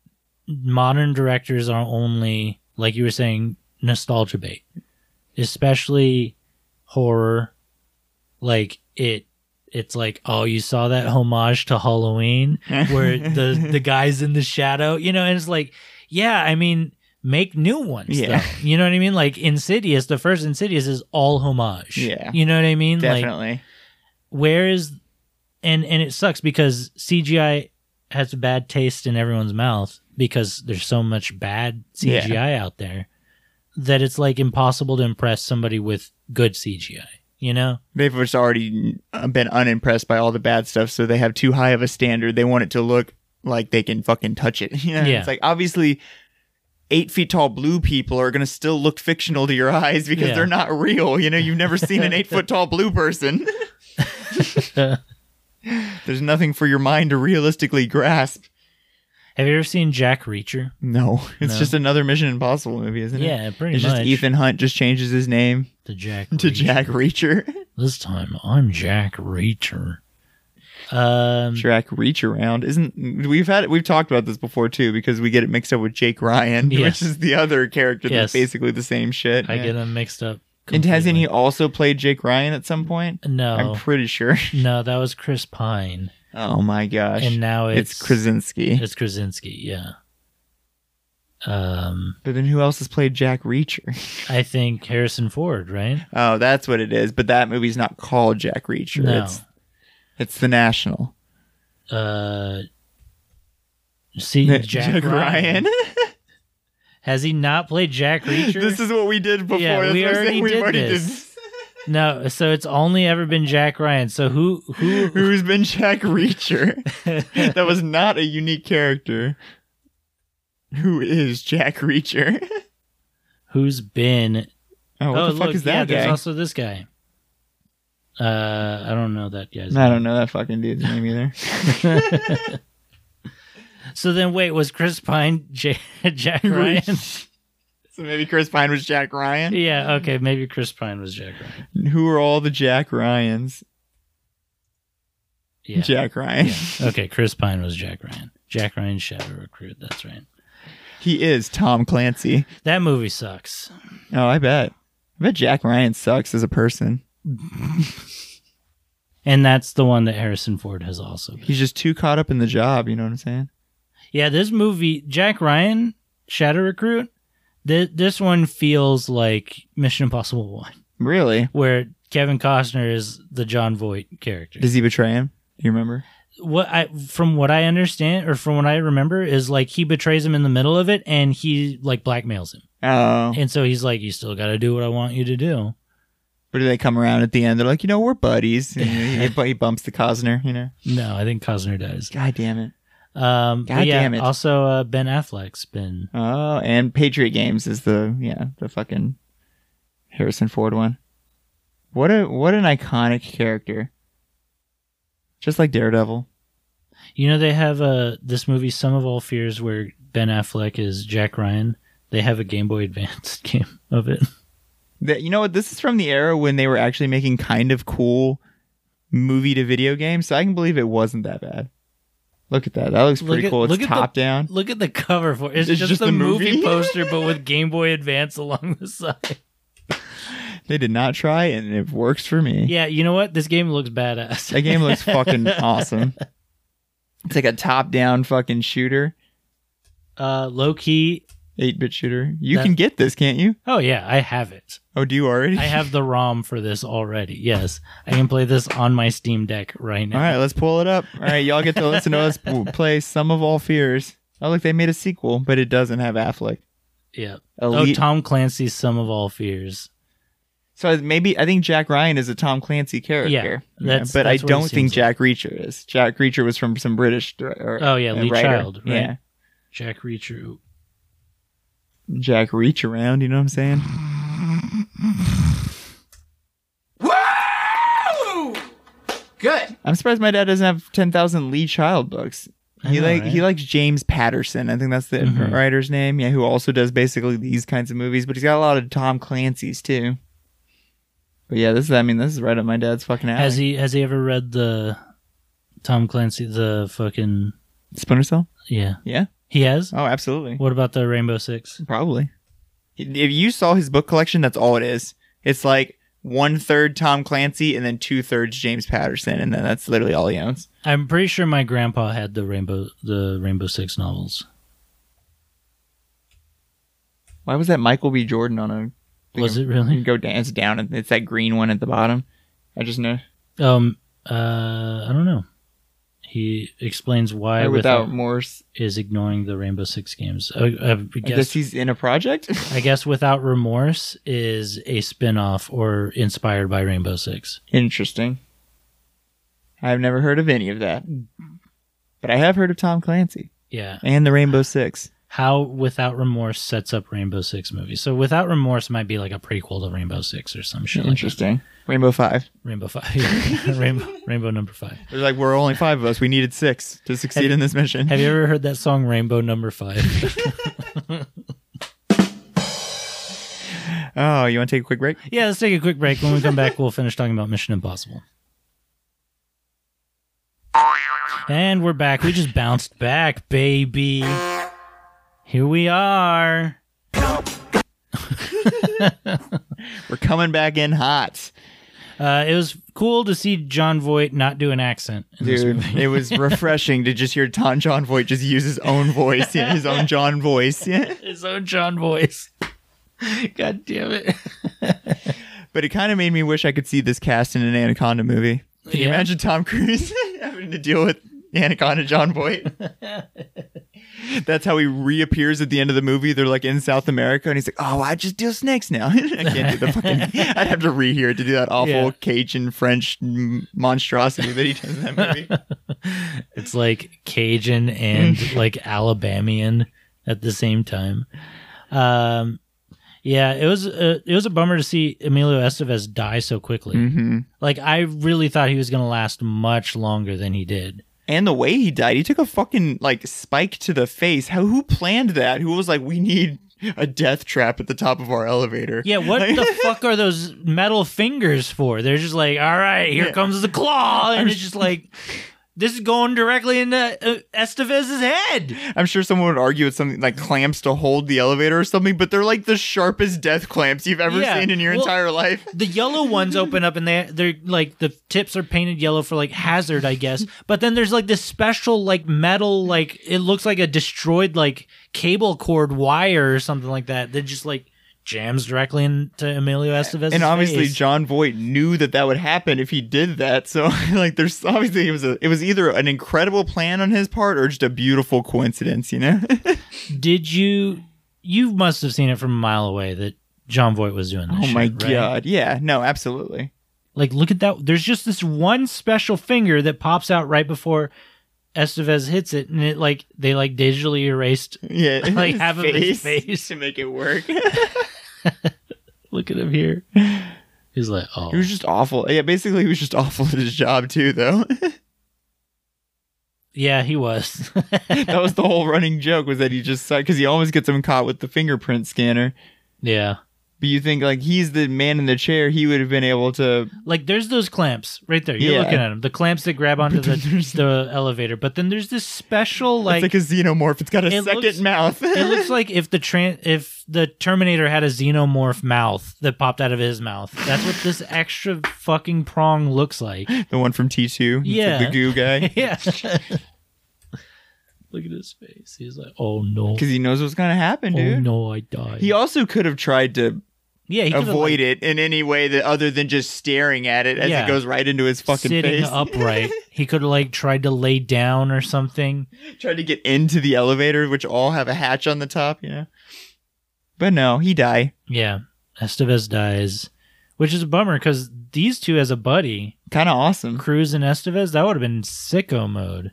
[SPEAKER 1] modern directors are only like you were saying nostalgia bait, especially horror. Like it, it's like oh, you saw that homage to Halloween where the the guy's in the shadow, you know, and it's like yeah, I mean make new ones
[SPEAKER 2] Yeah.
[SPEAKER 1] yeah though. you know what i mean like insidious the first insidious is all homage
[SPEAKER 2] Yeah.
[SPEAKER 1] you know what i mean like
[SPEAKER 2] definitely.
[SPEAKER 1] where is and and it sucks because CGI has a bad taste in everyone's mouth because there's so much bad
[SPEAKER 2] Yeah.
[SPEAKER 1] CGI out there that it's like impossible to impress somebody with good CGI, you know?
[SPEAKER 2] They've just already uh, been unimpressed by all the bad stuff, so they have too high of a standard. They want it to look like they can fucking touch it. You know?
[SPEAKER 1] Yeah.
[SPEAKER 2] It's like obviously eight feet tall blue people are gonna still look fictional to your eyes because
[SPEAKER 1] Yeah.
[SPEAKER 2] they're not real. You know, you've never seen an eight foot tall blue person. There's nothing for your mind to realistically grasp.
[SPEAKER 1] Have you ever seen Jack Reacher?
[SPEAKER 2] No. It's
[SPEAKER 1] No.
[SPEAKER 2] just another Mission Impossible movie, isn't it?
[SPEAKER 1] Yeah, pretty
[SPEAKER 2] It's
[SPEAKER 1] much.
[SPEAKER 2] just Ethan Hunt just changes his name
[SPEAKER 1] to Jack
[SPEAKER 2] to
[SPEAKER 1] Reacher.
[SPEAKER 2] Jack Reacher.
[SPEAKER 1] This time I'm Jack Reacher. Um
[SPEAKER 2] Mm-hmm. Jack reach around isn't we've had we've talked about this before too because we get it mixed up with Jake Ryan
[SPEAKER 1] Yes.
[SPEAKER 2] which is the other character
[SPEAKER 1] Yes.
[SPEAKER 2] that's basically the same shit
[SPEAKER 1] I
[SPEAKER 2] Yeah.
[SPEAKER 1] get them mixed up.
[SPEAKER 2] and hasn't he
[SPEAKER 1] completely.
[SPEAKER 2] also played Jake Ryan at some point
[SPEAKER 1] No.
[SPEAKER 2] I'm pretty sure
[SPEAKER 1] no, that was Chris Pine.
[SPEAKER 2] oh my gosh
[SPEAKER 1] And now
[SPEAKER 2] it's,
[SPEAKER 1] it's
[SPEAKER 2] Krasinski
[SPEAKER 1] It's Krasinski, yeah. Um,
[SPEAKER 2] but then who else has played Jack Reacher
[SPEAKER 1] I think Harrison Ford, right?
[SPEAKER 2] oh that's what it is but that movie's not called Jack Reacher
[SPEAKER 1] No.
[SPEAKER 2] it's it's the National
[SPEAKER 1] Uh, see, Jack, Ryan.
[SPEAKER 2] Ryan
[SPEAKER 1] Has he not played Jack Reacher?
[SPEAKER 2] this is what we did before
[SPEAKER 1] Yeah,
[SPEAKER 2] That's
[SPEAKER 1] we
[SPEAKER 2] what I'm saying.
[SPEAKER 1] already
[SPEAKER 2] We've
[SPEAKER 1] did this.
[SPEAKER 2] did-
[SPEAKER 1] no, so it's only ever been Jack Ryan. So who who
[SPEAKER 2] Who's been Jack Reacher? that was not a unique character. Who is Jack Reacher?
[SPEAKER 1] who's been?
[SPEAKER 2] Oh, what
[SPEAKER 1] oh,
[SPEAKER 2] the fuck
[SPEAKER 1] look,
[SPEAKER 2] is
[SPEAKER 1] yeah,
[SPEAKER 2] that
[SPEAKER 1] there's
[SPEAKER 2] guy?
[SPEAKER 1] also this guy. Uh, I don't know that guy's.
[SPEAKER 2] I don't know that fucking dude's name either.
[SPEAKER 1] So then, wait, was Chris Pine J- Jack Ryan?
[SPEAKER 2] So maybe Chris Pine was Jack Ryan.
[SPEAKER 1] yeah, okay, maybe Chris Pine was Jack Ryan.
[SPEAKER 2] Who are all the Jack Ryans?
[SPEAKER 1] Yeah.
[SPEAKER 2] Jack Ryan.
[SPEAKER 1] Okay, Chris Pine was Jack Ryan. Jack Ryan Shadow Recruit. That's right.
[SPEAKER 2] He is Tom Clancy.
[SPEAKER 1] That movie sucks.
[SPEAKER 2] Oh, I bet. I bet Jack Ryan sucks as a person.
[SPEAKER 1] And that's the one that Harrison Ford has also. Been.
[SPEAKER 2] He's just too caught up in the job. You know what I'm saying?
[SPEAKER 1] Yeah, this movie, Jack Ryan Shadow Recruit. Th- this one feels like Mission Impossible One,
[SPEAKER 2] Really?
[SPEAKER 1] where Kevin Costner is the John Voight character.
[SPEAKER 2] Does he betray him? Do you remember?
[SPEAKER 1] what I from what I understand or from what I remember is like he betrays him in the middle of it and he like blackmails him.
[SPEAKER 2] Oh.
[SPEAKER 1] And so he's like, You still gotta do what I want you to do.
[SPEAKER 2] But do they come around at the end? They're like, you know, we're buddies. And he, he bumps the Cosner, you know?
[SPEAKER 1] No, I think Cosner does.
[SPEAKER 2] God damn it.
[SPEAKER 1] Um but
[SPEAKER 2] God
[SPEAKER 1] yeah,
[SPEAKER 2] damn it.
[SPEAKER 1] also uh, Ben Affleck's been
[SPEAKER 2] Oh, and Patriot Games is the, yeah, the fucking Harrison Ford one. What a what an iconic character. Just like Daredevil.
[SPEAKER 1] you know they have uh this movie Some of All Fears where Ben Affleck is Jack Ryan. They have a Game Boy Advance game of it.
[SPEAKER 2] That you know what? This is from the era when they were actually making kind of cool movie to video games, so I can believe it wasn't that bad. Look at that. That looks pretty
[SPEAKER 1] at-
[SPEAKER 2] cool. It's
[SPEAKER 1] look at the-
[SPEAKER 2] top down.
[SPEAKER 1] Look at the cover for it. It's, just, the, movie, poster but with Game Boy Advance along the side.
[SPEAKER 2] They did not try, and it works for me.
[SPEAKER 1] Yeah, you know what? This game looks badass.
[SPEAKER 2] That game looks fucking awesome. It's like a top down fucking shooter,
[SPEAKER 1] uh low key
[SPEAKER 2] 8 bit shooter. You
[SPEAKER 1] That-
[SPEAKER 2] can get this, can't you?
[SPEAKER 1] oh yeah i have it
[SPEAKER 2] Oh, do you already?
[SPEAKER 1] i have the rom for this already yes i can play this on my steam deck right now
[SPEAKER 2] All right, let's pull it up. All right, y'all get to listen to us play Some of All Fears. Oh, look, they made a sequel, but it doesn't have Affleck.
[SPEAKER 1] yeah
[SPEAKER 2] Elite.
[SPEAKER 1] oh tom clancy's sum of all fears
[SPEAKER 2] So maybe I think Jack Ryan is a Tom Clancy character.
[SPEAKER 1] Yeah, that's-
[SPEAKER 2] but
[SPEAKER 1] that's what
[SPEAKER 2] I
[SPEAKER 1] it
[SPEAKER 2] don't
[SPEAKER 1] seems
[SPEAKER 2] think
[SPEAKER 1] like.
[SPEAKER 2] Jack Reacher is. Jack Reacher was from some British. dir- Or,
[SPEAKER 1] Oh, yeah,
[SPEAKER 2] uh,
[SPEAKER 1] Lee
[SPEAKER 2] writer.
[SPEAKER 1] Child, right?
[SPEAKER 2] Yeah,
[SPEAKER 1] jack reacher
[SPEAKER 2] Jack Reach around. You know what I'm saying?
[SPEAKER 5] Good.
[SPEAKER 2] I'm surprised my dad doesn't have ten thousand Lee Child books.
[SPEAKER 1] I
[SPEAKER 2] He
[SPEAKER 1] know,
[SPEAKER 2] like he
[SPEAKER 1] right?
[SPEAKER 2] likes James Patterson. I think that's the
[SPEAKER 1] Mhm.
[SPEAKER 2] writer's name. Yeah, who also does basically these kinds of movies, but he's got a lot of Tom Clancy's too. But yeah, this is I mean this is right up my dad's fucking alley.
[SPEAKER 1] has he has he ever read the tom clancy the fucking
[SPEAKER 2] Splinter Cell?
[SPEAKER 1] yeah
[SPEAKER 2] Yeah.
[SPEAKER 1] he has
[SPEAKER 2] Oh, absolutely.
[SPEAKER 1] what about the rainbow six
[SPEAKER 2] Probably. If you saw his book collection, that's all it is. It's like one third Tom Clancy and then two thirds James Patterson, and then that's literally all he owns.
[SPEAKER 1] i'm pretty sure my grandpa had the rainbow the rainbow six novels
[SPEAKER 2] Why was that Michael B. Jordan on a?
[SPEAKER 1] was it
[SPEAKER 2] You
[SPEAKER 1] really
[SPEAKER 2] go down. It's down. and It's that green one at the bottom. I just know.
[SPEAKER 1] um uh i don't know he explains why
[SPEAKER 2] Or
[SPEAKER 1] without
[SPEAKER 2] without Morse,
[SPEAKER 1] is ignoring the Rainbow Six games. I, I,
[SPEAKER 2] I guess
[SPEAKER 1] guess,
[SPEAKER 2] he's in a project.
[SPEAKER 1] I guess Without Remorse is a spin off or inspired by Rainbow Six.
[SPEAKER 2] Interesting. I've never heard of any of that, but I have heard of Tom Clancy
[SPEAKER 1] Yeah.
[SPEAKER 2] and the Rainbow Six.
[SPEAKER 1] How Without Remorse sets up Rainbow Six movies. So Without Remorse might be like a prequel to Rainbow Six or some shit. Like that.
[SPEAKER 2] Interesting. Rainbow Five.
[SPEAKER 1] Rainbow Five. Yeah. Rainbow, Rainbow Number Five.
[SPEAKER 2] They're like we're only five of us. We needed six to succeed in this mission.
[SPEAKER 1] Have you ever heard that song Rainbow Number Five?
[SPEAKER 2] Oh, you want to take a quick break?
[SPEAKER 1] yeah, let's take a quick break. When we come back, we'll finish talking about Mission Impossible. And we're back. We just bounced back, baby. Here we are.
[SPEAKER 2] We're coming back in hot.
[SPEAKER 1] Uh, it was cool to see John Voight not do an accent. in this
[SPEAKER 2] Dude,
[SPEAKER 1] movie.
[SPEAKER 2] it was refreshing to just hear Don John Voight just use his own voice, yeah, his own John voice. Yeah.
[SPEAKER 1] his own John voice. God damn it!
[SPEAKER 2] But it kind of made me wish I could see this cast in an Anaconda movie. Can you
[SPEAKER 1] Yeah.
[SPEAKER 2] imagine Tom Cruise having to deal with Anaconda John Voight? That's how he reappears at the end of the movie. They're like in South America, and he's like, "Oh, I just deal snakes now. I can't do the fucking. I'd have to rehear it to do that awful
[SPEAKER 1] Yeah.
[SPEAKER 2] Cajun French m- monstrosity that he does in that movie."
[SPEAKER 1] It's like Cajun and like Alabamian at the same time. Um, yeah, it was a, it was a bummer to see Emilio Estevez die so quickly.
[SPEAKER 2] mm-hmm.
[SPEAKER 1] Like I really thought he was going to last much longer than he did.
[SPEAKER 2] and the way he died. He took a fucking like spike to the face. How who planned that? Who was like, we need a death trap at the top of our elevator?
[SPEAKER 1] Yeah, what
[SPEAKER 2] Like-
[SPEAKER 1] the fuck are those metal fingers for? They're just like, all right, here
[SPEAKER 2] Yeah.
[SPEAKER 1] comes the claw, and it's just like this is going directly into uh, Estevez's head.
[SPEAKER 2] I'm sure someone would argue it's something like clamps to hold the elevator or something, but they're like the sharpest death clamps you've ever
[SPEAKER 1] Yeah,
[SPEAKER 2] seen in your
[SPEAKER 1] well-
[SPEAKER 2] entire life.
[SPEAKER 1] The yellow ones open up, and they they're like the tips are painted yellow for like hazard, I guess. But then there's like this special like metal like it looks like a destroyed like cable cord wire or something like that that just like jams directly into Emilio Estevez's
[SPEAKER 2] and obviously
[SPEAKER 1] face.
[SPEAKER 2] John Voight knew that that would happen if he did that. So like, there's obviously it was a, it was either an incredible plan on his part or just a beautiful coincidence, you know?
[SPEAKER 1] Did you? You must have seen it from a mile away that John Voight was doing this.
[SPEAKER 2] oh
[SPEAKER 1] shit,
[SPEAKER 2] my
[SPEAKER 1] right?
[SPEAKER 2] god, yeah, no, absolutely.
[SPEAKER 1] Like, look at that. There's just this one special finger that pops out right before Estevez hits it, and it like they like digitally erased.
[SPEAKER 2] Yeah,
[SPEAKER 1] Like, half of his face.
[SPEAKER 2] to make it work.
[SPEAKER 1] Look at him here. He's like, oh,
[SPEAKER 2] he was just awful. Yeah, basically, he was just awful at his job too, though.
[SPEAKER 1] yeah, he was.
[SPEAKER 2] that was the whole running joke was that he just because he always gets him caught with the fingerprint scanner.
[SPEAKER 1] yeah,
[SPEAKER 2] But you think like he's the man in the chair, he would have been able to.
[SPEAKER 1] like there's those clamps right there. You're
[SPEAKER 2] Yeah.
[SPEAKER 1] looking at them. The clamps that grab onto the the elevator. But then there's this special
[SPEAKER 2] Like,
[SPEAKER 1] like.
[SPEAKER 2] it's like a xenomorph. It's got a
[SPEAKER 1] It
[SPEAKER 2] second
[SPEAKER 1] looks-
[SPEAKER 2] mouth.
[SPEAKER 1] it looks like if the tran if the Terminator had a xenomorph mouth that popped out of his mouth. That's what this extra fucking prong looks like.
[SPEAKER 2] the one from T two.
[SPEAKER 1] Yeah.
[SPEAKER 2] the goo guy.
[SPEAKER 1] yeah. Look at his face. He's like, oh no,
[SPEAKER 2] Because he knows what's gonna happen, dude.
[SPEAKER 1] oh no, I died.
[SPEAKER 2] He also could have tried to
[SPEAKER 1] yeah, he could've,
[SPEAKER 2] avoid
[SPEAKER 1] like,
[SPEAKER 2] it in any way that other than just staring at it as
[SPEAKER 1] Yeah.
[SPEAKER 2] it goes right into his fucking
[SPEAKER 1] sitting
[SPEAKER 2] face.
[SPEAKER 1] upright. He could have like tried to lay down or something.
[SPEAKER 2] tried to get into the elevator, which all have a hatch on the top, you know. But no, he die.
[SPEAKER 1] Yeah, Estevez dies, which is a bummer because these two as a buddy
[SPEAKER 2] Kind of awesome.
[SPEAKER 1] Cruz and Estevez, that would have been sicko mode.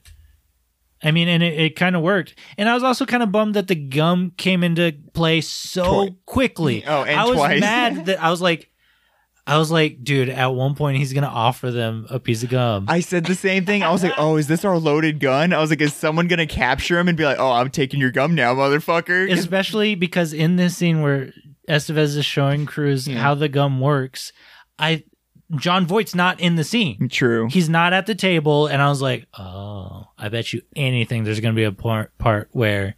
[SPEAKER 1] I mean, and it, it kind of worked. And I was also kind of bummed that the gum came into play so
[SPEAKER 2] Twi-
[SPEAKER 1] quickly.
[SPEAKER 2] Oh, and
[SPEAKER 1] I was
[SPEAKER 2] twice.
[SPEAKER 1] mad that I was like, I was like, dude, at one point he's gonna offer them a piece of gum.
[SPEAKER 2] I said the same thing. I was like, "Oh, is this our loaded gun?" I was like, "Is someone gonna capture him and be like, oh, I'm taking your gum now, motherfucker?'"
[SPEAKER 1] Especially because in this scene where Estevez is showing Cruz
[SPEAKER 2] Yeah.
[SPEAKER 1] how the gum works, I John Voight's not in the scene.
[SPEAKER 2] True.
[SPEAKER 1] he's not at the table and i was like oh i bet you anything there's going to be a part, part where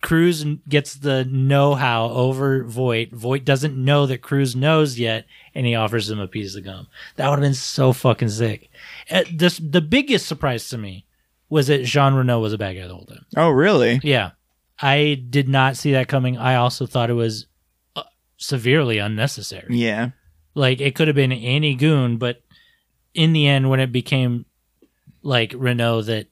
[SPEAKER 1] cruz n- gets the know-how over voight voight doesn't know that cruz knows yet and he offers him a piece of gum that would have been so fucking sick Uh, this, the biggest surprise to me was that jean renault was a bad guy the whole time
[SPEAKER 2] Oh, really?
[SPEAKER 1] yeah i did not see that coming i also thought it was uh, severely unnecessary
[SPEAKER 2] Yeah.
[SPEAKER 1] like it could have been any goon, but in the end, when it became like Renault that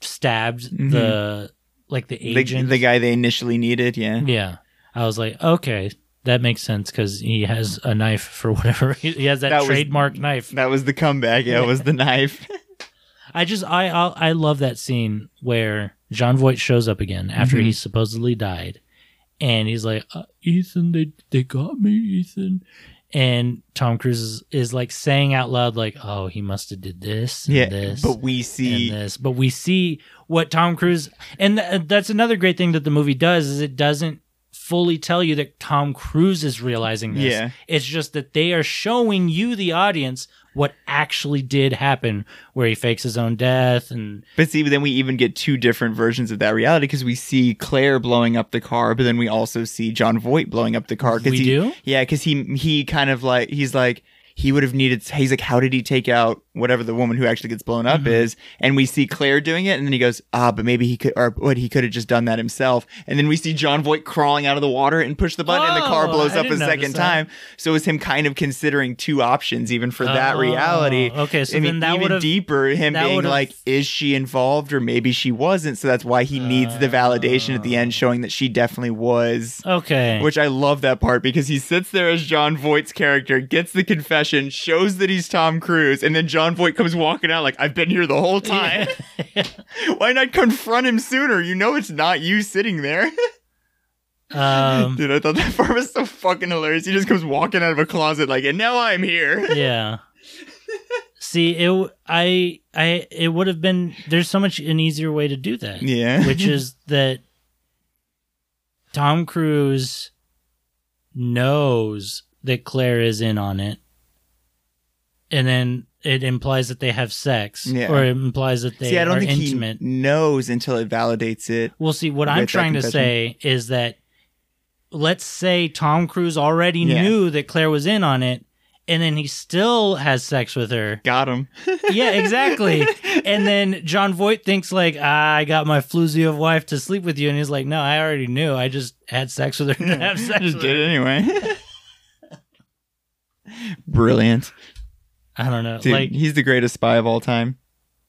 [SPEAKER 1] stabbed the like the
[SPEAKER 2] The,
[SPEAKER 1] agent,
[SPEAKER 2] the guy Mm-hmm. they initially needed. Yeah.
[SPEAKER 1] yeah, I was like, okay, that makes sense because he has a knife for whatever he he has that,
[SPEAKER 2] That was-
[SPEAKER 1] trademark knife.
[SPEAKER 2] That was the comeback. Yeah, it was the knife.
[SPEAKER 1] I just I I, I love that scene where John Voight shows up again after
[SPEAKER 2] Mm-hmm.
[SPEAKER 1] he supposedly died, and he's like, uh, "Ethan, they they got me, Ethan." And Tom Cruise is, is like saying out loud, like, "Oh, he must have did this, and
[SPEAKER 2] yeah.
[SPEAKER 1] this,
[SPEAKER 2] But we see.
[SPEAKER 1] and this." But we see what Tom Cruise, and th- uh, that's another great thing that the movie does is it doesn't fully tell you that Tom Cruise is realizing this.
[SPEAKER 2] Yeah.
[SPEAKER 1] It's just that they are showing you, the audience, what actually did happen, where he fakes his own death and
[SPEAKER 2] But see, then we even get two different versions of that reality because we see Claire blowing up the car, but then we also see John Voight blowing up the car. 'cause
[SPEAKER 1] We
[SPEAKER 2] he,
[SPEAKER 1] do?
[SPEAKER 2] yeah, because he he kind of like he's like he would have needed. He's like, how did he take out whatever the woman who actually gets blown
[SPEAKER 1] Mm-hmm.
[SPEAKER 2] up is? And we see Claire doing it, and then he goes, ah, but maybe he could or what he could have just done that himself. And then we see John Voight crawling out of the water and push the button, and the car
[SPEAKER 1] Oh,
[SPEAKER 2] blows
[SPEAKER 1] I
[SPEAKER 2] up a
[SPEAKER 1] didn't notice
[SPEAKER 2] second
[SPEAKER 1] that.
[SPEAKER 2] time. So it's him kind of considering two options even for that
[SPEAKER 1] Oh,
[SPEAKER 2] reality.
[SPEAKER 1] okay, so
[SPEAKER 2] I
[SPEAKER 1] then
[SPEAKER 2] mean,
[SPEAKER 1] that
[SPEAKER 2] even
[SPEAKER 1] would've-
[SPEAKER 2] deeper him
[SPEAKER 1] that
[SPEAKER 2] being
[SPEAKER 1] would've-
[SPEAKER 2] like is she involved or maybe she wasn't so that's why he needs the validation at the
[SPEAKER 1] Oh.
[SPEAKER 2] end showing that she definitely was
[SPEAKER 1] okay,
[SPEAKER 2] which I love that part because he sits there as John Voight's character, gets the confession, shows that he's Tom Cruise, and then John Voight comes walking out like, I've been here the whole time. Why not confront him sooner? You know it's not you sitting there.
[SPEAKER 1] um,
[SPEAKER 2] Dude, I thought that part was so fucking hilarious. He just comes walking out of a closet like, and now I'm here.
[SPEAKER 1] yeah. See, it w- I I it would have been there's so much an easier way to do that.
[SPEAKER 2] Yeah.
[SPEAKER 1] Which is that Tom Cruise knows that Claire is in on it. And then it implies that they have sex
[SPEAKER 2] Yeah.
[SPEAKER 1] or it implies that they
[SPEAKER 2] See, I don't
[SPEAKER 1] are
[SPEAKER 2] think
[SPEAKER 1] intimate.
[SPEAKER 2] he knows until it validates it.
[SPEAKER 1] Well, see, what
[SPEAKER 2] Write
[SPEAKER 1] I'm
[SPEAKER 2] that
[SPEAKER 1] trying to
[SPEAKER 2] confession.
[SPEAKER 1] say is that let's say Tom Cruise already
[SPEAKER 2] Yeah.
[SPEAKER 1] knew that Claire was in on it, and then he still has sex with her.
[SPEAKER 2] Got him.
[SPEAKER 1] yeah, exactly. And then John Voight thinks like, ah, I got my floozy of wife to sleep with you, and he's like, No, I already knew. I just had sex with her. To have sex
[SPEAKER 2] just
[SPEAKER 1] with
[SPEAKER 2] did
[SPEAKER 1] her."
[SPEAKER 2] it anyway. Brilliant.
[SPEAKER 1] I don't know.
[SPEAKER 2] Dude,
[SPEAKER 1] like,
[SPEAKER 2] he's the greatest spy of all time.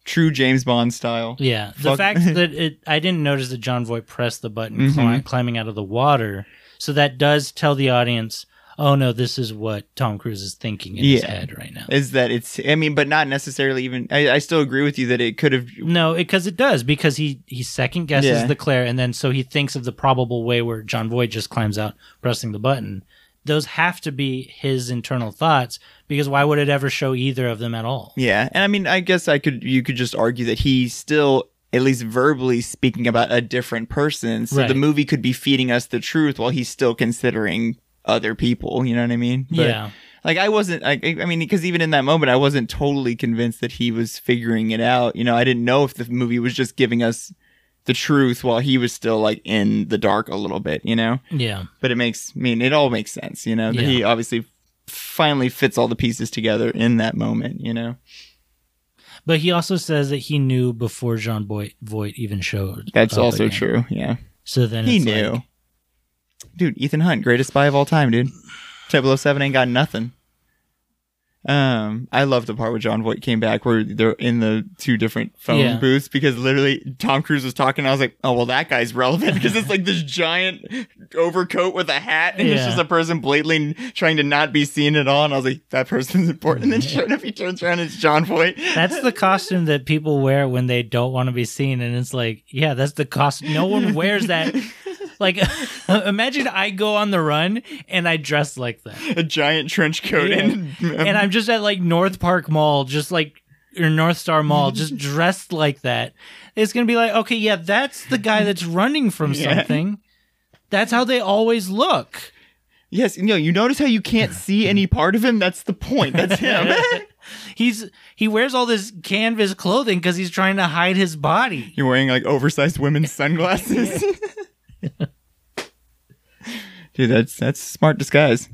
[SPEAKER 2] True James Bond style.
[SPEAKER 1] yeah, the
[SPEAKER 2] Fuck.
[SPEAKER 1] fact that it, I didn't notice that John Voight pressed the button
[SPEAKER 2] Mhm.
[SPEAKER 1] cli- climbing out of the water, so that does tell the audience. Oh no! This is what Tom Cruise is thinking in his
[SPEAKER 2] Yeah.
[SPEAKER 1] head right now.
[SPEAKER 2] Is that it's, I mean, but not necessarily even, I, I still agree with you that it could have,
[SPEAKER 1] No, because it does because he he second guesses
[SPEAKER 2] Yeah.
[SPEAKER 1] the Claire, and then so he thinks of the probable way where John Voight just climbs out, pressing the button. Those have to be his internal thoughts because why would it ever show either of them at all?
[SPEAKER 2] yeah. And I mean, I guess I could, you could just argue that he's still, at least verbally speaking about a different person. So
[SPEAKER 1] Right.
[SPEAKER 2] the movie could be feeding us the truth while he's still considering other people. You know what I mean? But-
[SPEAKER 1] yeah,
[SPEAKER 2] like I wasn't like I I mean because even in that moment I wasn't totally convinced that he was figuring it out. You know, I didn't know if the movie was just giving us the truth while he was still like in the dark a little bit, you know.
[SPEAKER 1] yeah,
[SPEAKER 2] But it makes I mean it all makes sense, you know. That he obviously finally fits all the pieces together in that moment, you know.
[SPEAKER 1] but he also says that he knew before John Voight, Voight even showed.
[SPEAKER 2] That's
[SPEAKER 1] up
[SPEAKER 2] also
[SPEAKER 1] again.
[SPEAKER 2] true. Yeah.
[SPEAKER 1] So then
[SPEAKER 2] he
[SPEAKER 1] it's
[SPEAKER 2] knew.
[SPEAKER 1] like-
[SPEAKER 2] dude, Ethan Hunt, greatest spy of all time, dude. 007 ain't got nothing. Um, I love the part where John Voight came back where they're in the two different phone
[SPEAKER 1] Yeah.
[SPEAKER 2] booths because literally Tom Cruise was talking. And I was like, oh, well, that guy's relevant because it's like this giant overcoat with a hat and it's
[SPEAKER 1] Yeah.
[SPEAKER 2] just a person blatantly trying to not be seen at all. And I was like, that person's important. And then sure enough, he turns around and it's John Voight.
[SPEAKER 1] that's the costume that people wear when they don't want to be seen, and it's like, yeah, that's the cost. No one wears that. Like, imagine I go on the run and I dress like that.
[SPEAKER 2] a giant trench coat
[SPEAKER 1] Yeah.
[SPEAKER 2] and,
[SPEAKER 1] and I'm just at like North Park Mall, just like or North Star Mall, just dressed like that. It's gonna be like, okay, yeah, that's the guy that's running from
[SPEAKER 2] Yeah.
[SPEAKER 1] something. That's how they always look.
[SPEAKER 2] Yes, no, you notice how you can't see any part of him? That's the point. That's him.
[SPEAKER 1] He's he wears all this canvas clothing because he's trying to hide his body.
[SPEAKER 2] You're wearing like oversized women's sunglasses. Dude, that's that's smart disguise.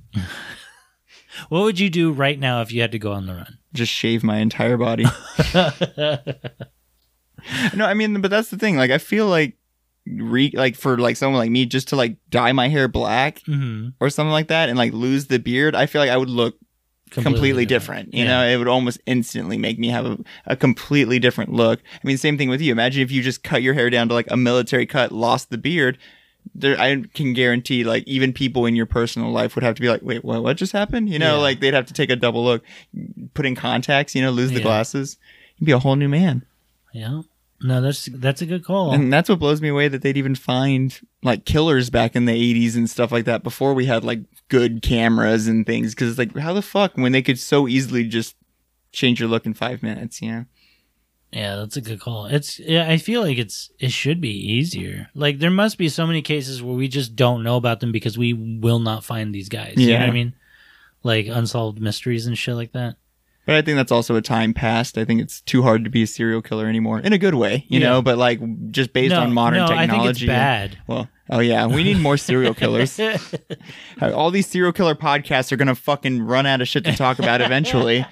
[SPEAKER 1] What would you do right now if you had to go on the run?
[SPEAKER 2] Just shave my entire body. no, I mean, but that's the thing. Like, I feel like, re- like for like someone like me, just to like dye my hair black
[SPEAKER 1] Mm-hmm.
[SPEAKER 2] or something like that, and like lose the beard, I feel like I would look completely, different. You know, it would almost instantly make me have a, a completely different look. I mean, same thing with you. Imagine if you just cut your hair down to like a military cut, lost the beard. There, I can guarantee, like even people in your personal life would have to be like, "Wait, what? What just happened?" You know,
[SPEAKER 1] Yeah.
[SPEAKER 2] like they'd have to take a double look, put in contacts, you know, lose the
[SPEAKER 1] Yeah.
[SPEAKER 2] glasses, you'd be a whole new man.
[SPEAKER 1] Yeah. No, that's that's a good call.
[SPEAKER 2] And that's what blows me away that they'd even find like killers back in the 80s and stuff like that before we had like good cameras and things. Cause it's like, how the fuck when they could so easily just change your look in five minutes? Yeah.
[SPEAKER 1] Yeah, that's a good call. It's yeah, I feel like it's it should be easier. Like there must be so many cases where we just don't know about them because we will not find these guys. You know
[SPEAKER 2] Yeah.
[SPEAKER 1] what I mean? Like unsolved mysteries and shit like that.
[SPEAKER 2] But I think that's also a time past. I think it's too hard to be a serial killer anymore in a good way, you know,
[SPEAKER 1] Yeah.
[SPEAKER 2] but like just based
[SPEAKER 1] no,
[SPEAKER 2] on modern
[SPEAKER 1] no,
[SPEAKER 2] technology.
[SPEAKER 1] I think it's bad.
[SPEAKER 2] Well, oh yeah, we need more serial killers. Uh, All these serial killer podcasts are going to fucking run out of shit to talk about eventually.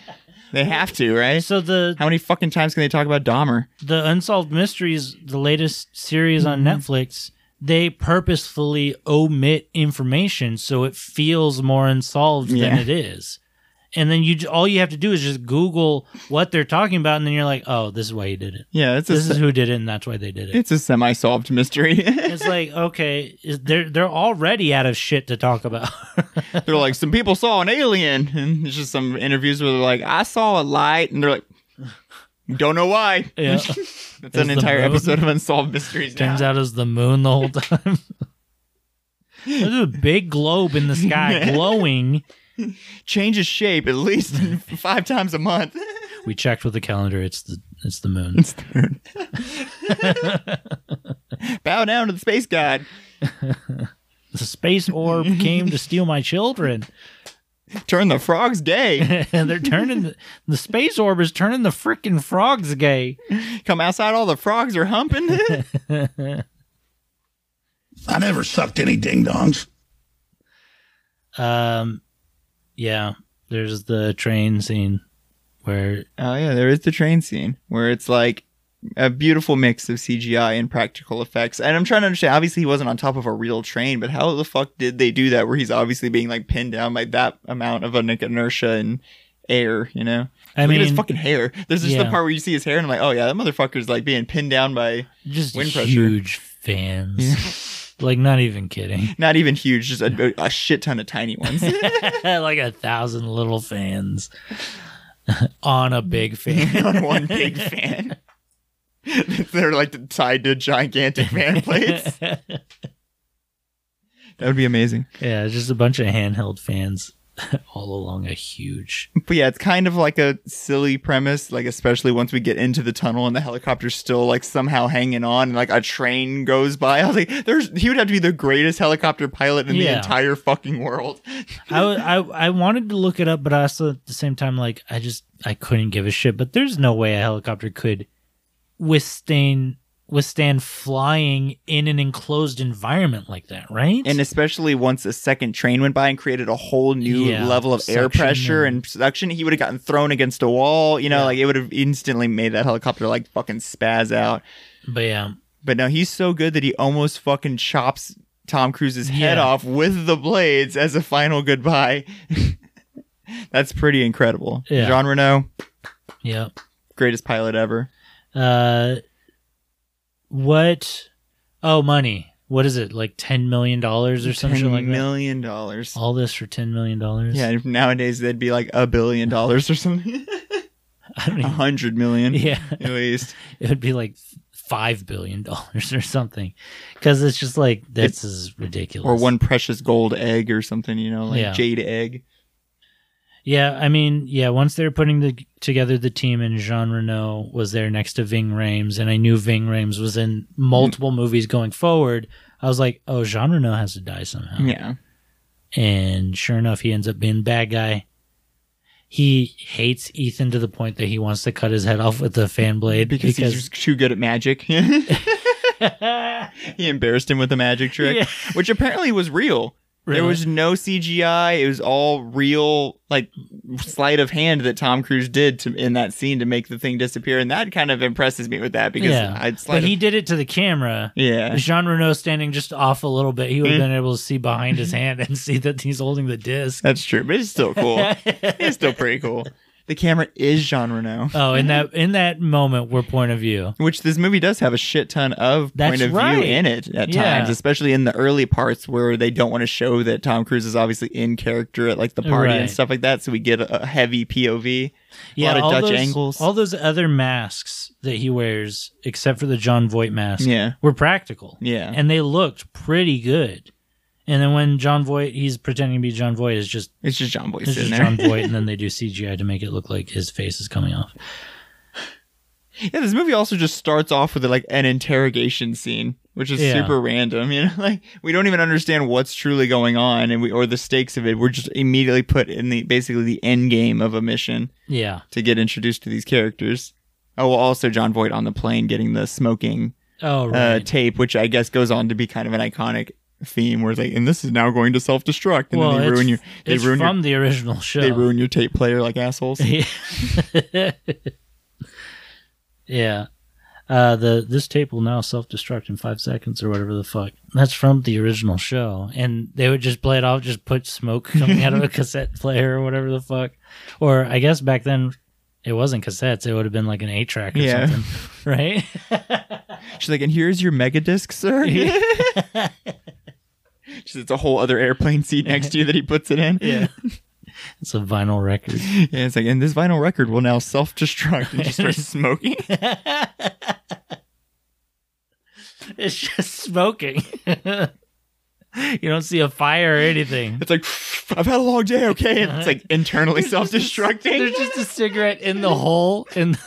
[SPEAKER 2] they have to, right?
[SPEAKER 1] so the
[SPEAKER 2] How many fucking times can they talk about Dahmer?
[SPEAKER 1] the unsolved mysteries, the latest series on
[SPEAKER 2] Mm-hmm.
[SPEAKER 1] Netflix, they purposefully omit information so it feels more unsolved
[SPEAKER 2] Yeah.
[SPEAKER 1] than it is. And then you j- all you have to do is just Google what they're talking about, and then you're like, oh, this is why he did it.
[SPEAKER 2] Yeah, it's a
[SPEAKER 1] this
[SPEAKER 2] se-
[SPEAKER 1] is who did it, and that's why they did it.
[SPEAKER 2] it's a semi-solved mystery.
[SPEAKER 1] It's like okay, is, they're they're already out of shit to talk about.
[SPEAKER 2] they're like, some people saw an alien, and it's just some interviews where they're like, I saw a light, and they're like, don't know why.
[SPEAKER 1] yeah,
[SPEAKER 2] That's an
[SPEAKER 1] the
[SPEAKER 2] entire
[SPEAKER 1] moon-
[SPEAKER 2] episode of unsolved mysteries.
[SPEAKER 1] turns
[SPEAKER 2] now.
[SPEAKER 1] out it was the moon the whole time. There's a big globe in the sky glowing.
[SPEAKER 2] changes shape at least five times a month.
[SPEAKER 1] We checked with the calendar. It's the it's the moon.
[SPEAKER 2] It's third. Bow down to the space god.
[SPEAKER 1] The space orb came to steal my children.
[SPEAKER 2] Turn the frogs gay.
[SPEAKER 1] and they're turning the, the space orb is turning the freaking frogs gay.
[SPEAKER 2] Come outside, all the frogs are humping.
[SPEAKER 6] I never sucked any ding dongs.
[SPEAKER 1] Um, yeah, there's the train scene where
[SPEAKER 2] Oh yeah, there is the train scene where it's like a beautiful mix of CGI and practical effects. And I'm trying to understand. Obviously, he wasn't on top of a real train, but how the fuck did they do that? Where he's obviously being like pinned down by that amount of like, inertia and air. You know,
[SPEAKER 1] I
[SPEAKER 2] Look
[SPEAKER 1] mean,
[SPEAKER 2] at his fucking hair. There's just
[SPEAKER 1] yeah.
[SPEAKER 2] the part where you see his hair, and I'm like, oh yeah, that motherfucker's like being pinned down by
[SPEAKER 1] just
[SPEAKER 2] wind pressure.
[SPEAKER 1] huge fans. like, not even kidding.
[SPEAKER 2] not even huge, just a, a shit ton of tiny ones.
[SPEAKER 1] like a thousand little fans on a big fan.
[SPEAKER 2] on one big fan. They're like tied to gigantic fan plates.
[SPEAKER 1] yeah,
[SPEAKER 2] That would be amazing.
[SPEAKER 1] it's just a bunch of handheld fans all along a huge.
[SPEAKER 2] But yeah, it's kind of like a silly premise, like especially once we get into the tunnel and the helicopter's still like somehow hanging on and like a train goes by. I was like, there's he would have to be the greatest helicopter pilot in
[SPEAKER 1] Yeah.
[SPEAKER 2] the entire fucking world.
[SPEAKER 1] I, wa- I I wanted to look it up, but I also at the same time, like, I just I couldn't give a shit. But there's no way a helicopter could withstand withstand flying in an enclosed environment like that, right?
[SPEAKER 2] And especially once a second train went by and created a whole new
[SPEAKER 1] Yeah,
[SPEAKER 2] level of air
[SPEAKER 1] suction
[SPEAKER 2] pressure
[SPEAKER 1] and-
[SPEAKER 2] and suction, he would have gotten thrown against a wall. You know, like it would have instantly made that helicopter like fucking spaz out.
[SPEAKER 1] but yeah,
[SPEAKER 2] But no, he's so good that he almost fucking chops Tom Cruise's head
[SPEAKER 1] Yeah.
[SPEAKER 2] off with the blades as a final goodbye. That's pretty incredible.
[SPEAKER 1] Yeah.
[SPEAKER 2] Jean Reno,
[SPEAKER 1] yeah.
[SPEAKER 2] greatest pilot ever.
[SPEAKER 1] Uh, what? Oh, money. What is it? Like ten million dollars or
[SPEAKER 2] Ten
[SPEAKER 1] something like that.
[SPEAKER 2] million dollars.
[SPEAKER 1] All this for ten million dollars?
[SPEAKER 2] Yeah, if nowadays that'd be like a billion dollars or something.
[SPEAKER 1] I don't
[SPEAKER 2] A
[SPEAKER 1] even.
[SPEAKER 2] hundred million.
[SPEAKER 1] Yeah,
[SPEAKER 2] At least.
[SPEAKER 1] it would be like five billion dollars or something, because it's just like this is ridiculous.
[SPEAKER 2] Or one precious gold egg or something, you know, like
[SPEAKER 1] Yeah.
[SPEAKER 2] jade egg.
[SPEAKER 1] Yeah, I mean, yeah. Once they were putting the, together the team, and Jean Reno was there next to Ving Rhames, and I knew Ving Rhames was in multiple movies going forward. I was like, oh, Jean Reno has to die somehow.
[SPEAKER 2] Yeah.
[SPEAKER 1] and sure enough, he ends up being bad guy. He hates Ethan to the point that he wants to cut his head off with a fan blade
[SPEAKER 2] Because,
[SPEAKER 1] because,
[SPEAKER 2] he's just too good at magic. he embarrassed him with a magic trick,
[SPEAKER 1] Yeah.
[SPEAKER 2] which apparently was real. There
[SPEAKER 1] Really?
[SPEAKER 2] was no CGI. It was all real, like sleight of hand that Tom Cruise did to, in that scene to make the thing disappear, and that kind of impresses me with that because
[SPEAKER 1] yeah,
[SPEAKER 2] I'd sleight
[SPEAKER 1] but
[SPEAKER 2] of-
[SPEAKER 1] he did it to the camera.
[SPEAKER 2] yeah,
[SPEAKER 1] Jean Reno standing just off a little bit, he would have
[SPEAKER 2] Mm.
[SPEAKER 1] been able to see behind his hand and see that he's holding the disc.
[SPEAKER 2] that's true. But it's still cool. it's still pretty cool. The camera is Jean Reno,
[SPEAKER 1] Oh, in that in that moment, we're point of view.
[SPEAKER 2] which this movie does have a shit ton of
[SPEAKER 1] That's
[SPEAKER 2] point of
[SPEAKER 1] right.
[SPEAKER 2] view in it at
[SPEAKER 1] Yeah.
[SPEAKER 2] times, especially in the early parts where they don't want to show that Tom Cruise is obviously in character at like the party
[SPEAKER 1] Right.
[SPEAKER 2] and stuff like that. So we get a, a heavy POV.
[SPEAKER 1] Yeah,
[SPEAKER 2] lot of
[SPEAKER 1] all
[SPEAKER 2] Dutch
[SPEAKER 1] those,
[SPEAKER 2] angles.
[SPEAKER 1] All those other masks that he wears, except for the John Voight mask,
[SPEAKER 2] Yeah.
[SPEAKER 1] were practical.
[SPEAKER 2] Yeah.
[SPEAKER 1] and they looked pretty good. And then when John Voight, he's pretending to be John Voight, is just
[SPEAKER 2] It's just John Boy
[SPEAKER 1] it's
[SPEAKER 2] sitting
[SPEAKER 1] just
[SPEAKER 2] there.
[SPEAKER 1] John Voight, and then they do CGI to make it look like his face is coming off.
[SPEAKER 2] Yeah, this movie also just starts off with like an interrogation scene, which is
[SPEAKER 1] Yeah.
[SPEAKER 2] super random. You know, like we don't even understand what's truly going on, and we or the stakes of it. We're just immediately put in the basically the end game of a mission
[SPEAKER 1] Yeah.
[SPEAKER 2] to get introduced to these characters. Oh, well, also John Voight on the plane getting the smoking
[SPEAKER 1] Oh
[SPEAKER 2] uh,
[SPEAKER 1] right.
[SPEAKER 2] tape, which I guess goes on to be kind of an iconic theme, where it's like, and this is now going to self destruct, and
[SPEAKER 1] well,
[SPEAKER 2] then they
[SPEAKER 1] it's,
[SPEAKER 2] ruin your they
[SPEAKER 1] it's
[SPEAKER 2] ruin your
[SPEAKER 1] from the original show.
[SPEAKER 2] they ruin your tape player like assholes.
[SPEAKER 1] Yeah. yeah. Uh, the this tape will now self destruct in five seconds or whatever the fuck. That's from the original show, and they would just play it off, just put smoke coming out of a cassette player or whatever the fuck. Or I guess back then it wasn't cassettes; it would have been like an eight track or
[SPEAKER 2] Yeah.
[SPEAKER 1] something, right?
[SPEAKER 2] She's like, and here's your mega disc, sir. she says it's a whole other airplane seat next to you that he puts it in. Yeah.
[SPEAKER 1] it's a vinyl record.
[SPEAKER 2] it's like, and this vinyl record will now self destruct and just start smoking.
[SPEAKER 1] It's just smoking. You don't see a fire or anything.
[SPEAKER 2] It's like I've had a long day, okay? And it's like internally self-destructing.
[SPEAKER 1] There's just a cigarette in the hole, and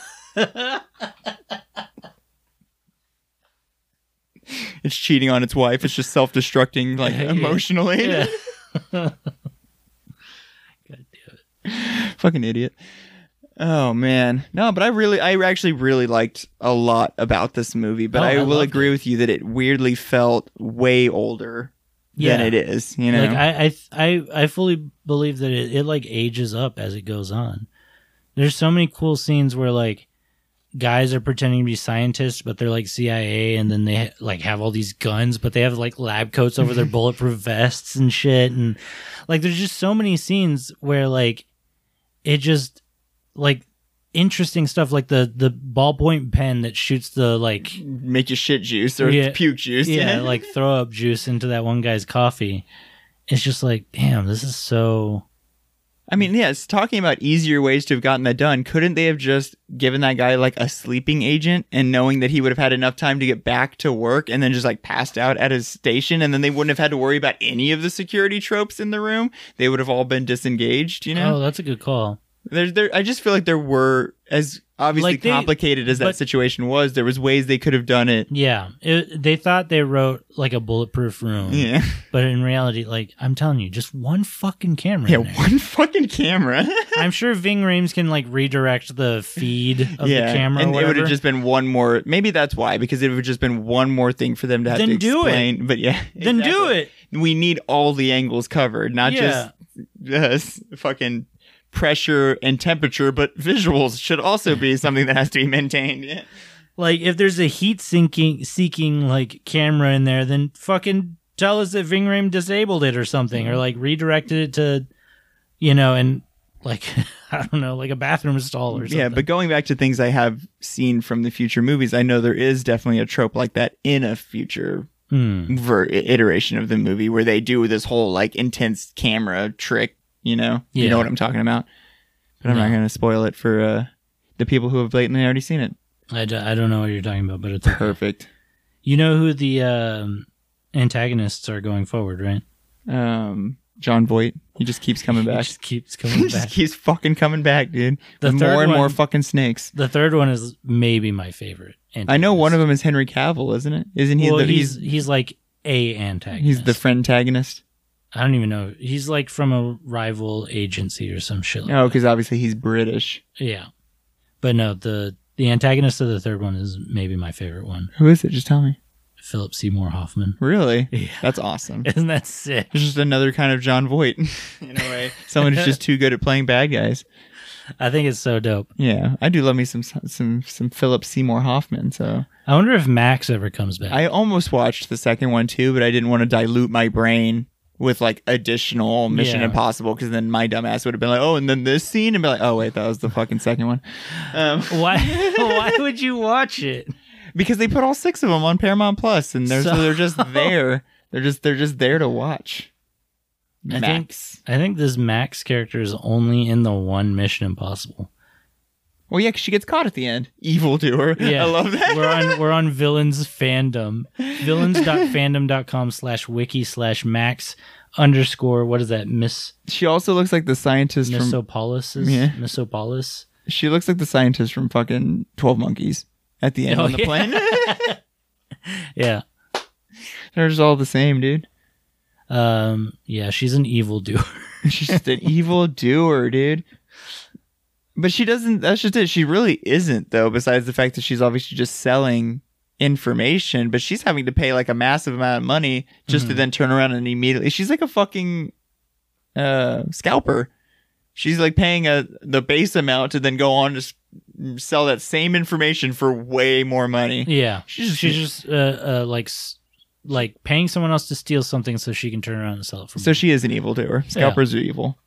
[SPEAKER 2] it's cheating on its wife. It's just self-destructing, like emotionally.
[SPEAKER 1] yeah.
[SPEAKER 2] Fucking idiot. Oh man, no, but I really, I actually really liked a lot about this movie. But
[SPEAKER 1] Oh,
[SPEAKER 2] I,
[SPEAKER 1] I
[SPEAKER 2] will
[SPEAKER 1] loved
[SPEAKER 2] agree with you that it weirdly felt way older
[SPEAKER 1] Yeah.
[SPEAKER 2] than it is. You know,
[SPEAKER 1] like I, I, I, I fully believe that it, it like ages up as it goes on. There's so many cool scenes where like guys are pretending to be scientists, but they're like CIA, and then they like have all these guns, but they have like lab coats over their bulletproof vests and shit, and like there's just so many scenes where like it just like interesting stuff like the the ballpoint pen that shoots the like
[SPEAKER 2] make your shit juice or
[SPEAKER 1] Yeah.
[SPEAKER 2] puke juice.
[SPEAKER 1] yeah, like throw up juice into that one guy's coffee. It's just like, damn, this is so.
[SPEAKER 2] I mean, yes, talking about easier ways to have gotten that done, couldn't they have just given that guy like a sleeping agent and knowing that he would have had enough time to get back to work and then just like passed out at his station and then they wouldn't have had to worry about any of the security tropes in the room? They would have all been disengaged, you
[SPEAKER 1] Oh,
[SPEAKER 2] know?
[SPEAKER 1] that's a good call.
[SPEAKER 2] There's there I just feel like there were as obviously
[SPEAKER 1] Like they-
[SPEAKER 2] complicated as that
[SPEAKER 1] but-
[SPEAKER 2] situation was, there was ways they could have done it.
[SPEAKER 1] Yeah, it, they thought they wrote like a bulletproof room,
[SPEAKER 2] Yeah.
[SPEAKER 1] but in reality, like I'm telling you, just one fucking camera.
[SPEAKER 2] Yeah,
[SPEAKER 1] in there.
[SPEAKER 2] one fucking camera.
[SPEAKER 1] I'm sure Ving Rames can like redirect the feed of the camera.
[SPEAKER 2] And
[SPEAKER 1] or
[SPEAKER 2] it would have
[SPEAKER 1] whatever.
[SPEAKER 2] just been one more. Maybe that's why, because it would have just been one more thing for them to have
[SPEAKER 1] Then
[SPEAKER 2] to
[SPEAKER 1] do it.
[SPEAKER 2] explain. But yeah,
[SPEAKER 1] then do
[SPEAKER 2] exactly.
[SPEAKER 1] it.
[SPEAKER 2] We need all the angles covered, not
[SPEAKER 1] Yeah.
[SPEAKER 2] just uh, s- fucking pressure and temperature, but visuals should also be something that has to be maintained. Yeah.
[SPEAKER 1] Like if there's a heat sinking seeking like camera in there, then fucking tell us that Vingram disabled it or something,
[SPEAKER 2] Mm-hmm.
[SPEAKER 1] or like redirected it to, you know, and like I don't know, like a bathroom stall or something.
[SPEAKER 2] Yeah, but going back to things I have seen from the future movies, I know there is definitely a trope like that in a future
[SPEAKER 1] Hmm.
[SPEAKER 2] ver- iteration of the movie where they do this whole like intense camera trick, you know? You
[SPEAKER 1] Yeah.
[SPEAKER 2] know what I'm talking about. But I'm not
[SPEAKER 1] No.
[SPEAKER 2] going to spoil it for uh, the people who have blatantly already seen it.
[SPEAKER 1] Hmm. I, do, I don't know what you're talking about, but it's okay.
[SPEAKER 2] Perfect.
[SPEAKER 1] You know who the um, antagonists are going forward, right?
[SPEAKER 2] Um, John Voight, he just keeps coming
[SPEAKER 1] It
[SPEAKER 2] back.
[SPEAKER 1] just keeps
[SPEAKER 2] he
[SPEAKER 1] coming
[SPEAKER 2] just
[SPEAKER 1] back.
[SPEAKER 2] keeps fucking coming back, dude.
[SPEAKER 1] The
[SPEAKER 2] With more
[SPEAKER 1] third
[SPEAKER 2] and more
[SPEAKER 1] one-
[SPEAKER 2] fucking snakes.
[SPEAKER 1] the third one is maybe my favorite.
[SPEAKER 2] I know one of them is Henry Cavill, isn't it? Isn't he?
[SPEAKER 1] Well,
[SPEAKER 2] the,
[SPEAKER 1] he's
[SPEAKER 2] he's
[SPEAKER 1] he's like a antagonist.
[SPEAKER 2] he's the friendtagonist.
[SPEAKER 1] I don't even know. He's like from a rival agency or some shit. Like
[SPEAKER 2] Oh, because obviously he's British.
[SPEAKER 1] Yeah. But no, the the antagonist of the third one is maybe my favorite one.
[SPEAKER 2] Who is it? Just tell me.
[SPEAKER 1] Philip Seymour Hoffman.
[SPEAKER 2] Really?
[SPEAKER 1] Yeah.
[SPEAKER 2] That's awesome.
[SPEAKER 1] Isn't that sick?
[SPEAKER 2] It's just another kind of John Voight. in a way. Someone who's just too good at playing bad guys.
[SPEAKER 1] I think it's so dope.
[SPEAKER 2] Yeah, I do love me some some some Philip Seymour Hoffman. So
[SPEAKER 1] I wonder if Max ever comes back.
[SPEAKER 2] I almost watched the second one too, but I didn't want to dilute my brain with like additional Mission
[SPEAKER 1] Yeah.
[SPEAKER 2] Impossible because then my dumbass would have been like, oh, and then this scene, and be like, oh wait, that was the fucking second one. Um,
[SPEAKER 1] why why would you watch it?
[SPEAKER 2] because they put all six of them on Paramount Plus, and they're so
[SPEAKER 1] So-
[SPEAKER 2] they're just there. They're just they're just there to watch.
[SPEAKER 1] I think-
[SPEAKER 2] Max.
[SPEAKER 1] I think this Max character is only in the one Mission Impossible.
[SPEAKER 2] Well, yeah, 'cause she gets caught at the end. Evil doer.
[SPEAKER 1] Yeah.
[SPEAKER 2] I love that.
[SPEAKER 1] we're on we're on villains fandom. Villains.fandom.com slash wiki slash max underscore what is that? Miss
[SPEAKER 2] She also looks like the scientist from.
[SPEAKER 1] Misopolis is
[SPEAKER 2] Yeah.
[SPEAKER 1] Misopolis.
[SPEAKER 2] She looks like the scientist from fucking Twelve Monkeys at the end
[SPEAKER 1] Oh,
[SPEAKER 2] on the
[SPEAKER 1] yeah.
[SPEAKER 2] plane.
[SPEAKER 1] Yeah.
[SPEAKER 2] They're just all the same, dude.
[SPEAKER 1] Um yeah, she's an evil doer.
[SPEAKER 2] She's just an evil doer, dude. But she doesn't. That's just it. She really isn't, though. Besides the fact that she's obviously just selling information, but she's having to pay like a massive amount of money just to then turn around and immediately. She's like a fucking uh, scalper. She's like paying a the base amount to then go on to s- sell that same information for way more money.
[SPEAKER 1] Yeah.
[SPEAKER 2] She's just-
[SPEAKER 1] she's just uh, uh like s- like paying someone else to steal something so she can turn around and sell it for
[SPEAKER 2] So
[SPEAKER 1] so
[SPEAKER 2] she is an evildoer. Scalpers are evil.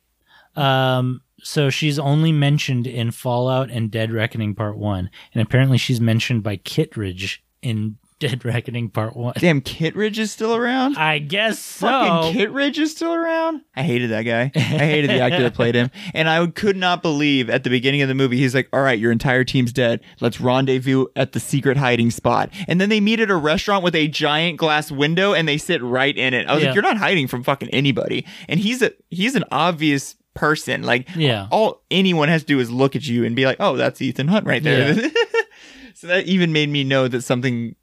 [SPEAKER 1] um so she's only mentioned in Fallout and Dead Reckoning Part 1 and apparently she's mentioned by Kittredge in Dead Reckoning Part One.
[SPEAKER 2] Damn, Kittredge is still around.
[SPEAKER 1] I guess so.
[SPEAKER 2] Fucking Kittredge is still around. I hated that guy. I hated the actor that played him. And I could not believe at the beginning of the movie, he's like, "All right, your entire team's dead. Let's rendezvous at the secret hiding spot." And then they meet at a restaurant with a giant glass window, and they sit right in it. I was
[SPEAKER 1] Yeah.
[SPEAKER 2] like, "You're not hiding from fucking anybody." And he's a he's an obvious person. Like,
[SPEAKER 1] Yeah.
[SPEAKER 2] all anyone has to do is look at you and be like, "Oh, that's Ethan Hunt right there." so that even made me know that something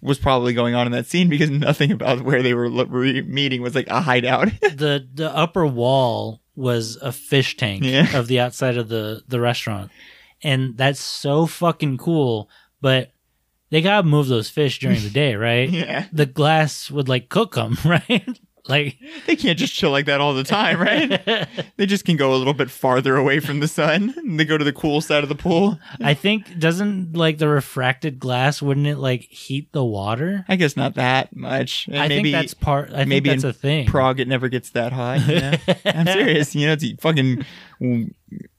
[SPEAKER 2] was probably going on in that scene because nothing about where they were lo- re- meeting was like a hideout.
[SPEAKER 1] the the upper wall was a fish tank
[SPEAKER 2] Yeah.
[SPEAKER 1] of the outside of the the restaurant, and that's so fucking cool. But they gotta move those fish during the day, right?
[SPEAKER 2] yeah.
[SPEAKER 1] The glass would like cook them, right? like
[SPEAKER 2] They can't just chill like that all the time, right? they just can go a little bit farther away from the sun and they go to the cool side of the pool.
[SPEAKER 1] I think doesn't like the refracted glass wouldn't it like heat the water?
[SPEAKER 2] I guess not that much. And
[SPEAKER 1] I
[SPEAKER 2] maybe
[SPEAKER 1] think that's part. I
[SPEAKER 2] maybe
[SPEAKER 1] think that's
[SPEAKER 2] in
[SPEAKER 1] a thing.
[SPEAKER 2] Prague it never gets that hot. you know? I'm serious. You know, it's fucking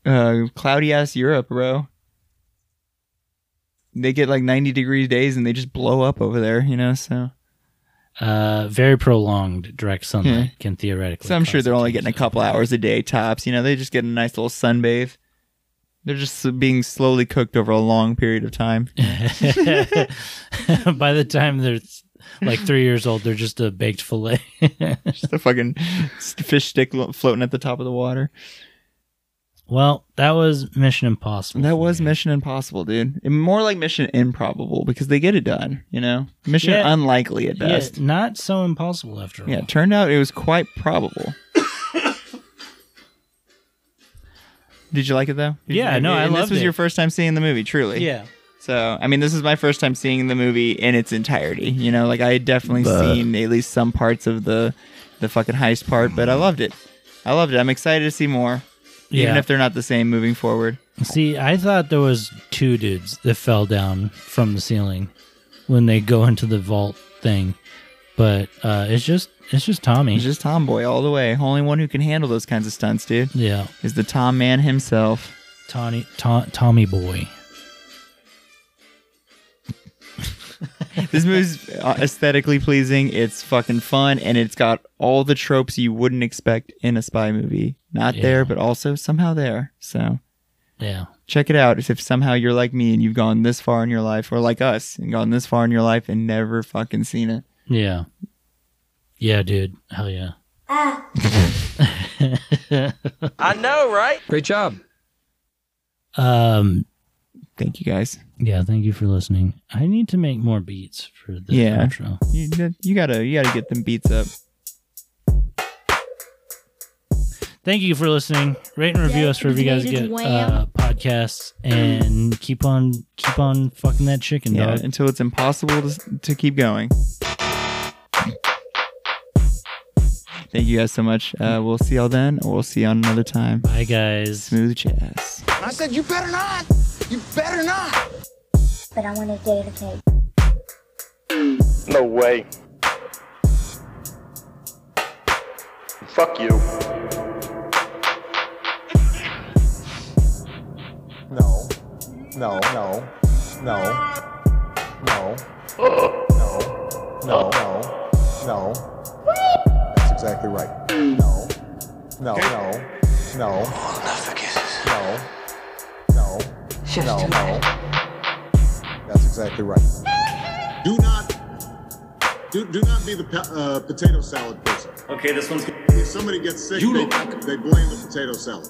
[SPEAKER 2] uh, cloudy ass Europe, bro. They get like 90 degree days and they just blow up over there, you know, so.
[SPEAKER 1] uh, very prolonged direct sunlight can theoretically.
[SPEAKER 2] So I'm sure
[SPEAKER 1] cause
[SPEAKER 2] they're only
[SPEAKER 1] cancer.
[SPEAKER 2] getting a couple hours a day tops. You know, they just get a nice little sunbathe. They're just being slowly cooked over a long period of time.
[SPEAKER 1] By the time they're like three years old, they're just a baked fillet.
[SPEAKER 2] just a fucking st- fish stick lo- floating at the top of the water.
[SPEAKER 1] well, that was Mission Impossible.
[SPEAKER 2] That
[SPEAKER 1] for
[SPEAKER 2] was
[SPEAKER 1] me.
[SPEAKER 2] Mission Impossible, dude. And more like Mission Improbable because they get it done. You know, Mission
[SPEAKER 1] Yeah.
[SPEAKER 2] Unlikely at
[SPEAKER 1] Yeah,
[SPEAKER 2] best.
[SPEAKER 1] not so impossible after all.
[SPEAKER 2] Yeah, it turned out it was quite probable. Did you like it though? Did you-
[SPEAKER 1] Yeah, no, I
[SPEAKER 2] and This
[SPEAKER 1] loved
[SPEAKER 2] was
[SPEAKER 1] it.
[SPEAKER 2] your first time seeing the movie, truly.
[SPEAKER 1] Yeah.
[SPEAKER 2] So, I mean, this is my first time seeing the movie in its entirety. You know, like I had definitely seen at least some parts of the the fucking heist part, but I loved it. I loved it. I'm excited to see more, even
[SPEAKER 1] Yeah.
[SPEAKER 2] if they're not the same moving forward.
[SPEAKER 1] See, I thought there was two dudes that fell down from the ceiling when they go into the vault thing, but uh, it's just it's just Tommy.
[SPEAKER 2] He's just tomboy all the way. Only one who can handle those kinds of stunts, dude,
[SPEAKER 1] yeah,
[SPEAKER 2] is the Tom man himself.
[SPEAKER 1] Tony, to- Tommy boy.
[SPEAKER 2] this movie's uh, aesthetically pleasing. It's fucking fun, and it's got all the tropes you wouldn't expect in a spy movie. Not
[SPEAKER 1] Yeah.
[SPEAKER 2] there, but also somehow there. So.
[SPEAKER 1] Yeah,
[SPEAKER 2] check it out if, if somehow you're like me and you've gone this far in your life or like us and gone this far in your life and never fucking seen it
[SPEAKER 1] yeah, yeah, dude. Hell yeah.
[SPEAKER 7] I know, right?
[SPEAKER 8] Great job.
[SPEAKER 1] Um.
[SPEAKER 2] thank you guys
[SPEAKER 1] Yeah. Thank you for listening. I need to make more beats for this
[SPEAKER 2] Yeah.
[SPEAKER 1] outro.
[SPEAKER 2] you, you gotta you gotta get them beats up
[SPEAKER 1] Thank you for listening. Rate and review us wherever you guys get uh, podcasts, and keep on keep on fucking that chicken,
[SPEAKER 2] yeah
[SPEAKER 1] dog.
[SPEAKER 2] until it's impossible to, s- to keep going thank you guys so much uh, we'll see y'all then or we'll see you on another time
[SPEAKER 1] Bye, guys.
[SPEAKER 2] smooth jazz
[SPEAKER 3] I said, you better not. You better not.
[SPEAKER 9] but I want to date a cake.
[SPEAKER 4] No way. Fuck you.
[SPEAKER 3] No. No, no. No. No. No. No. No. No. That's exactly right. No. No, no. No. No. No. No, no. That's exactly right.
[SPEAKER 4] Do not, do, do not be the pa- uh, potato salad person.
[SPEAKER 10] Okay, this one's.
[SPEAKER 4] If somebody gets sick, they, they blame the potato salad.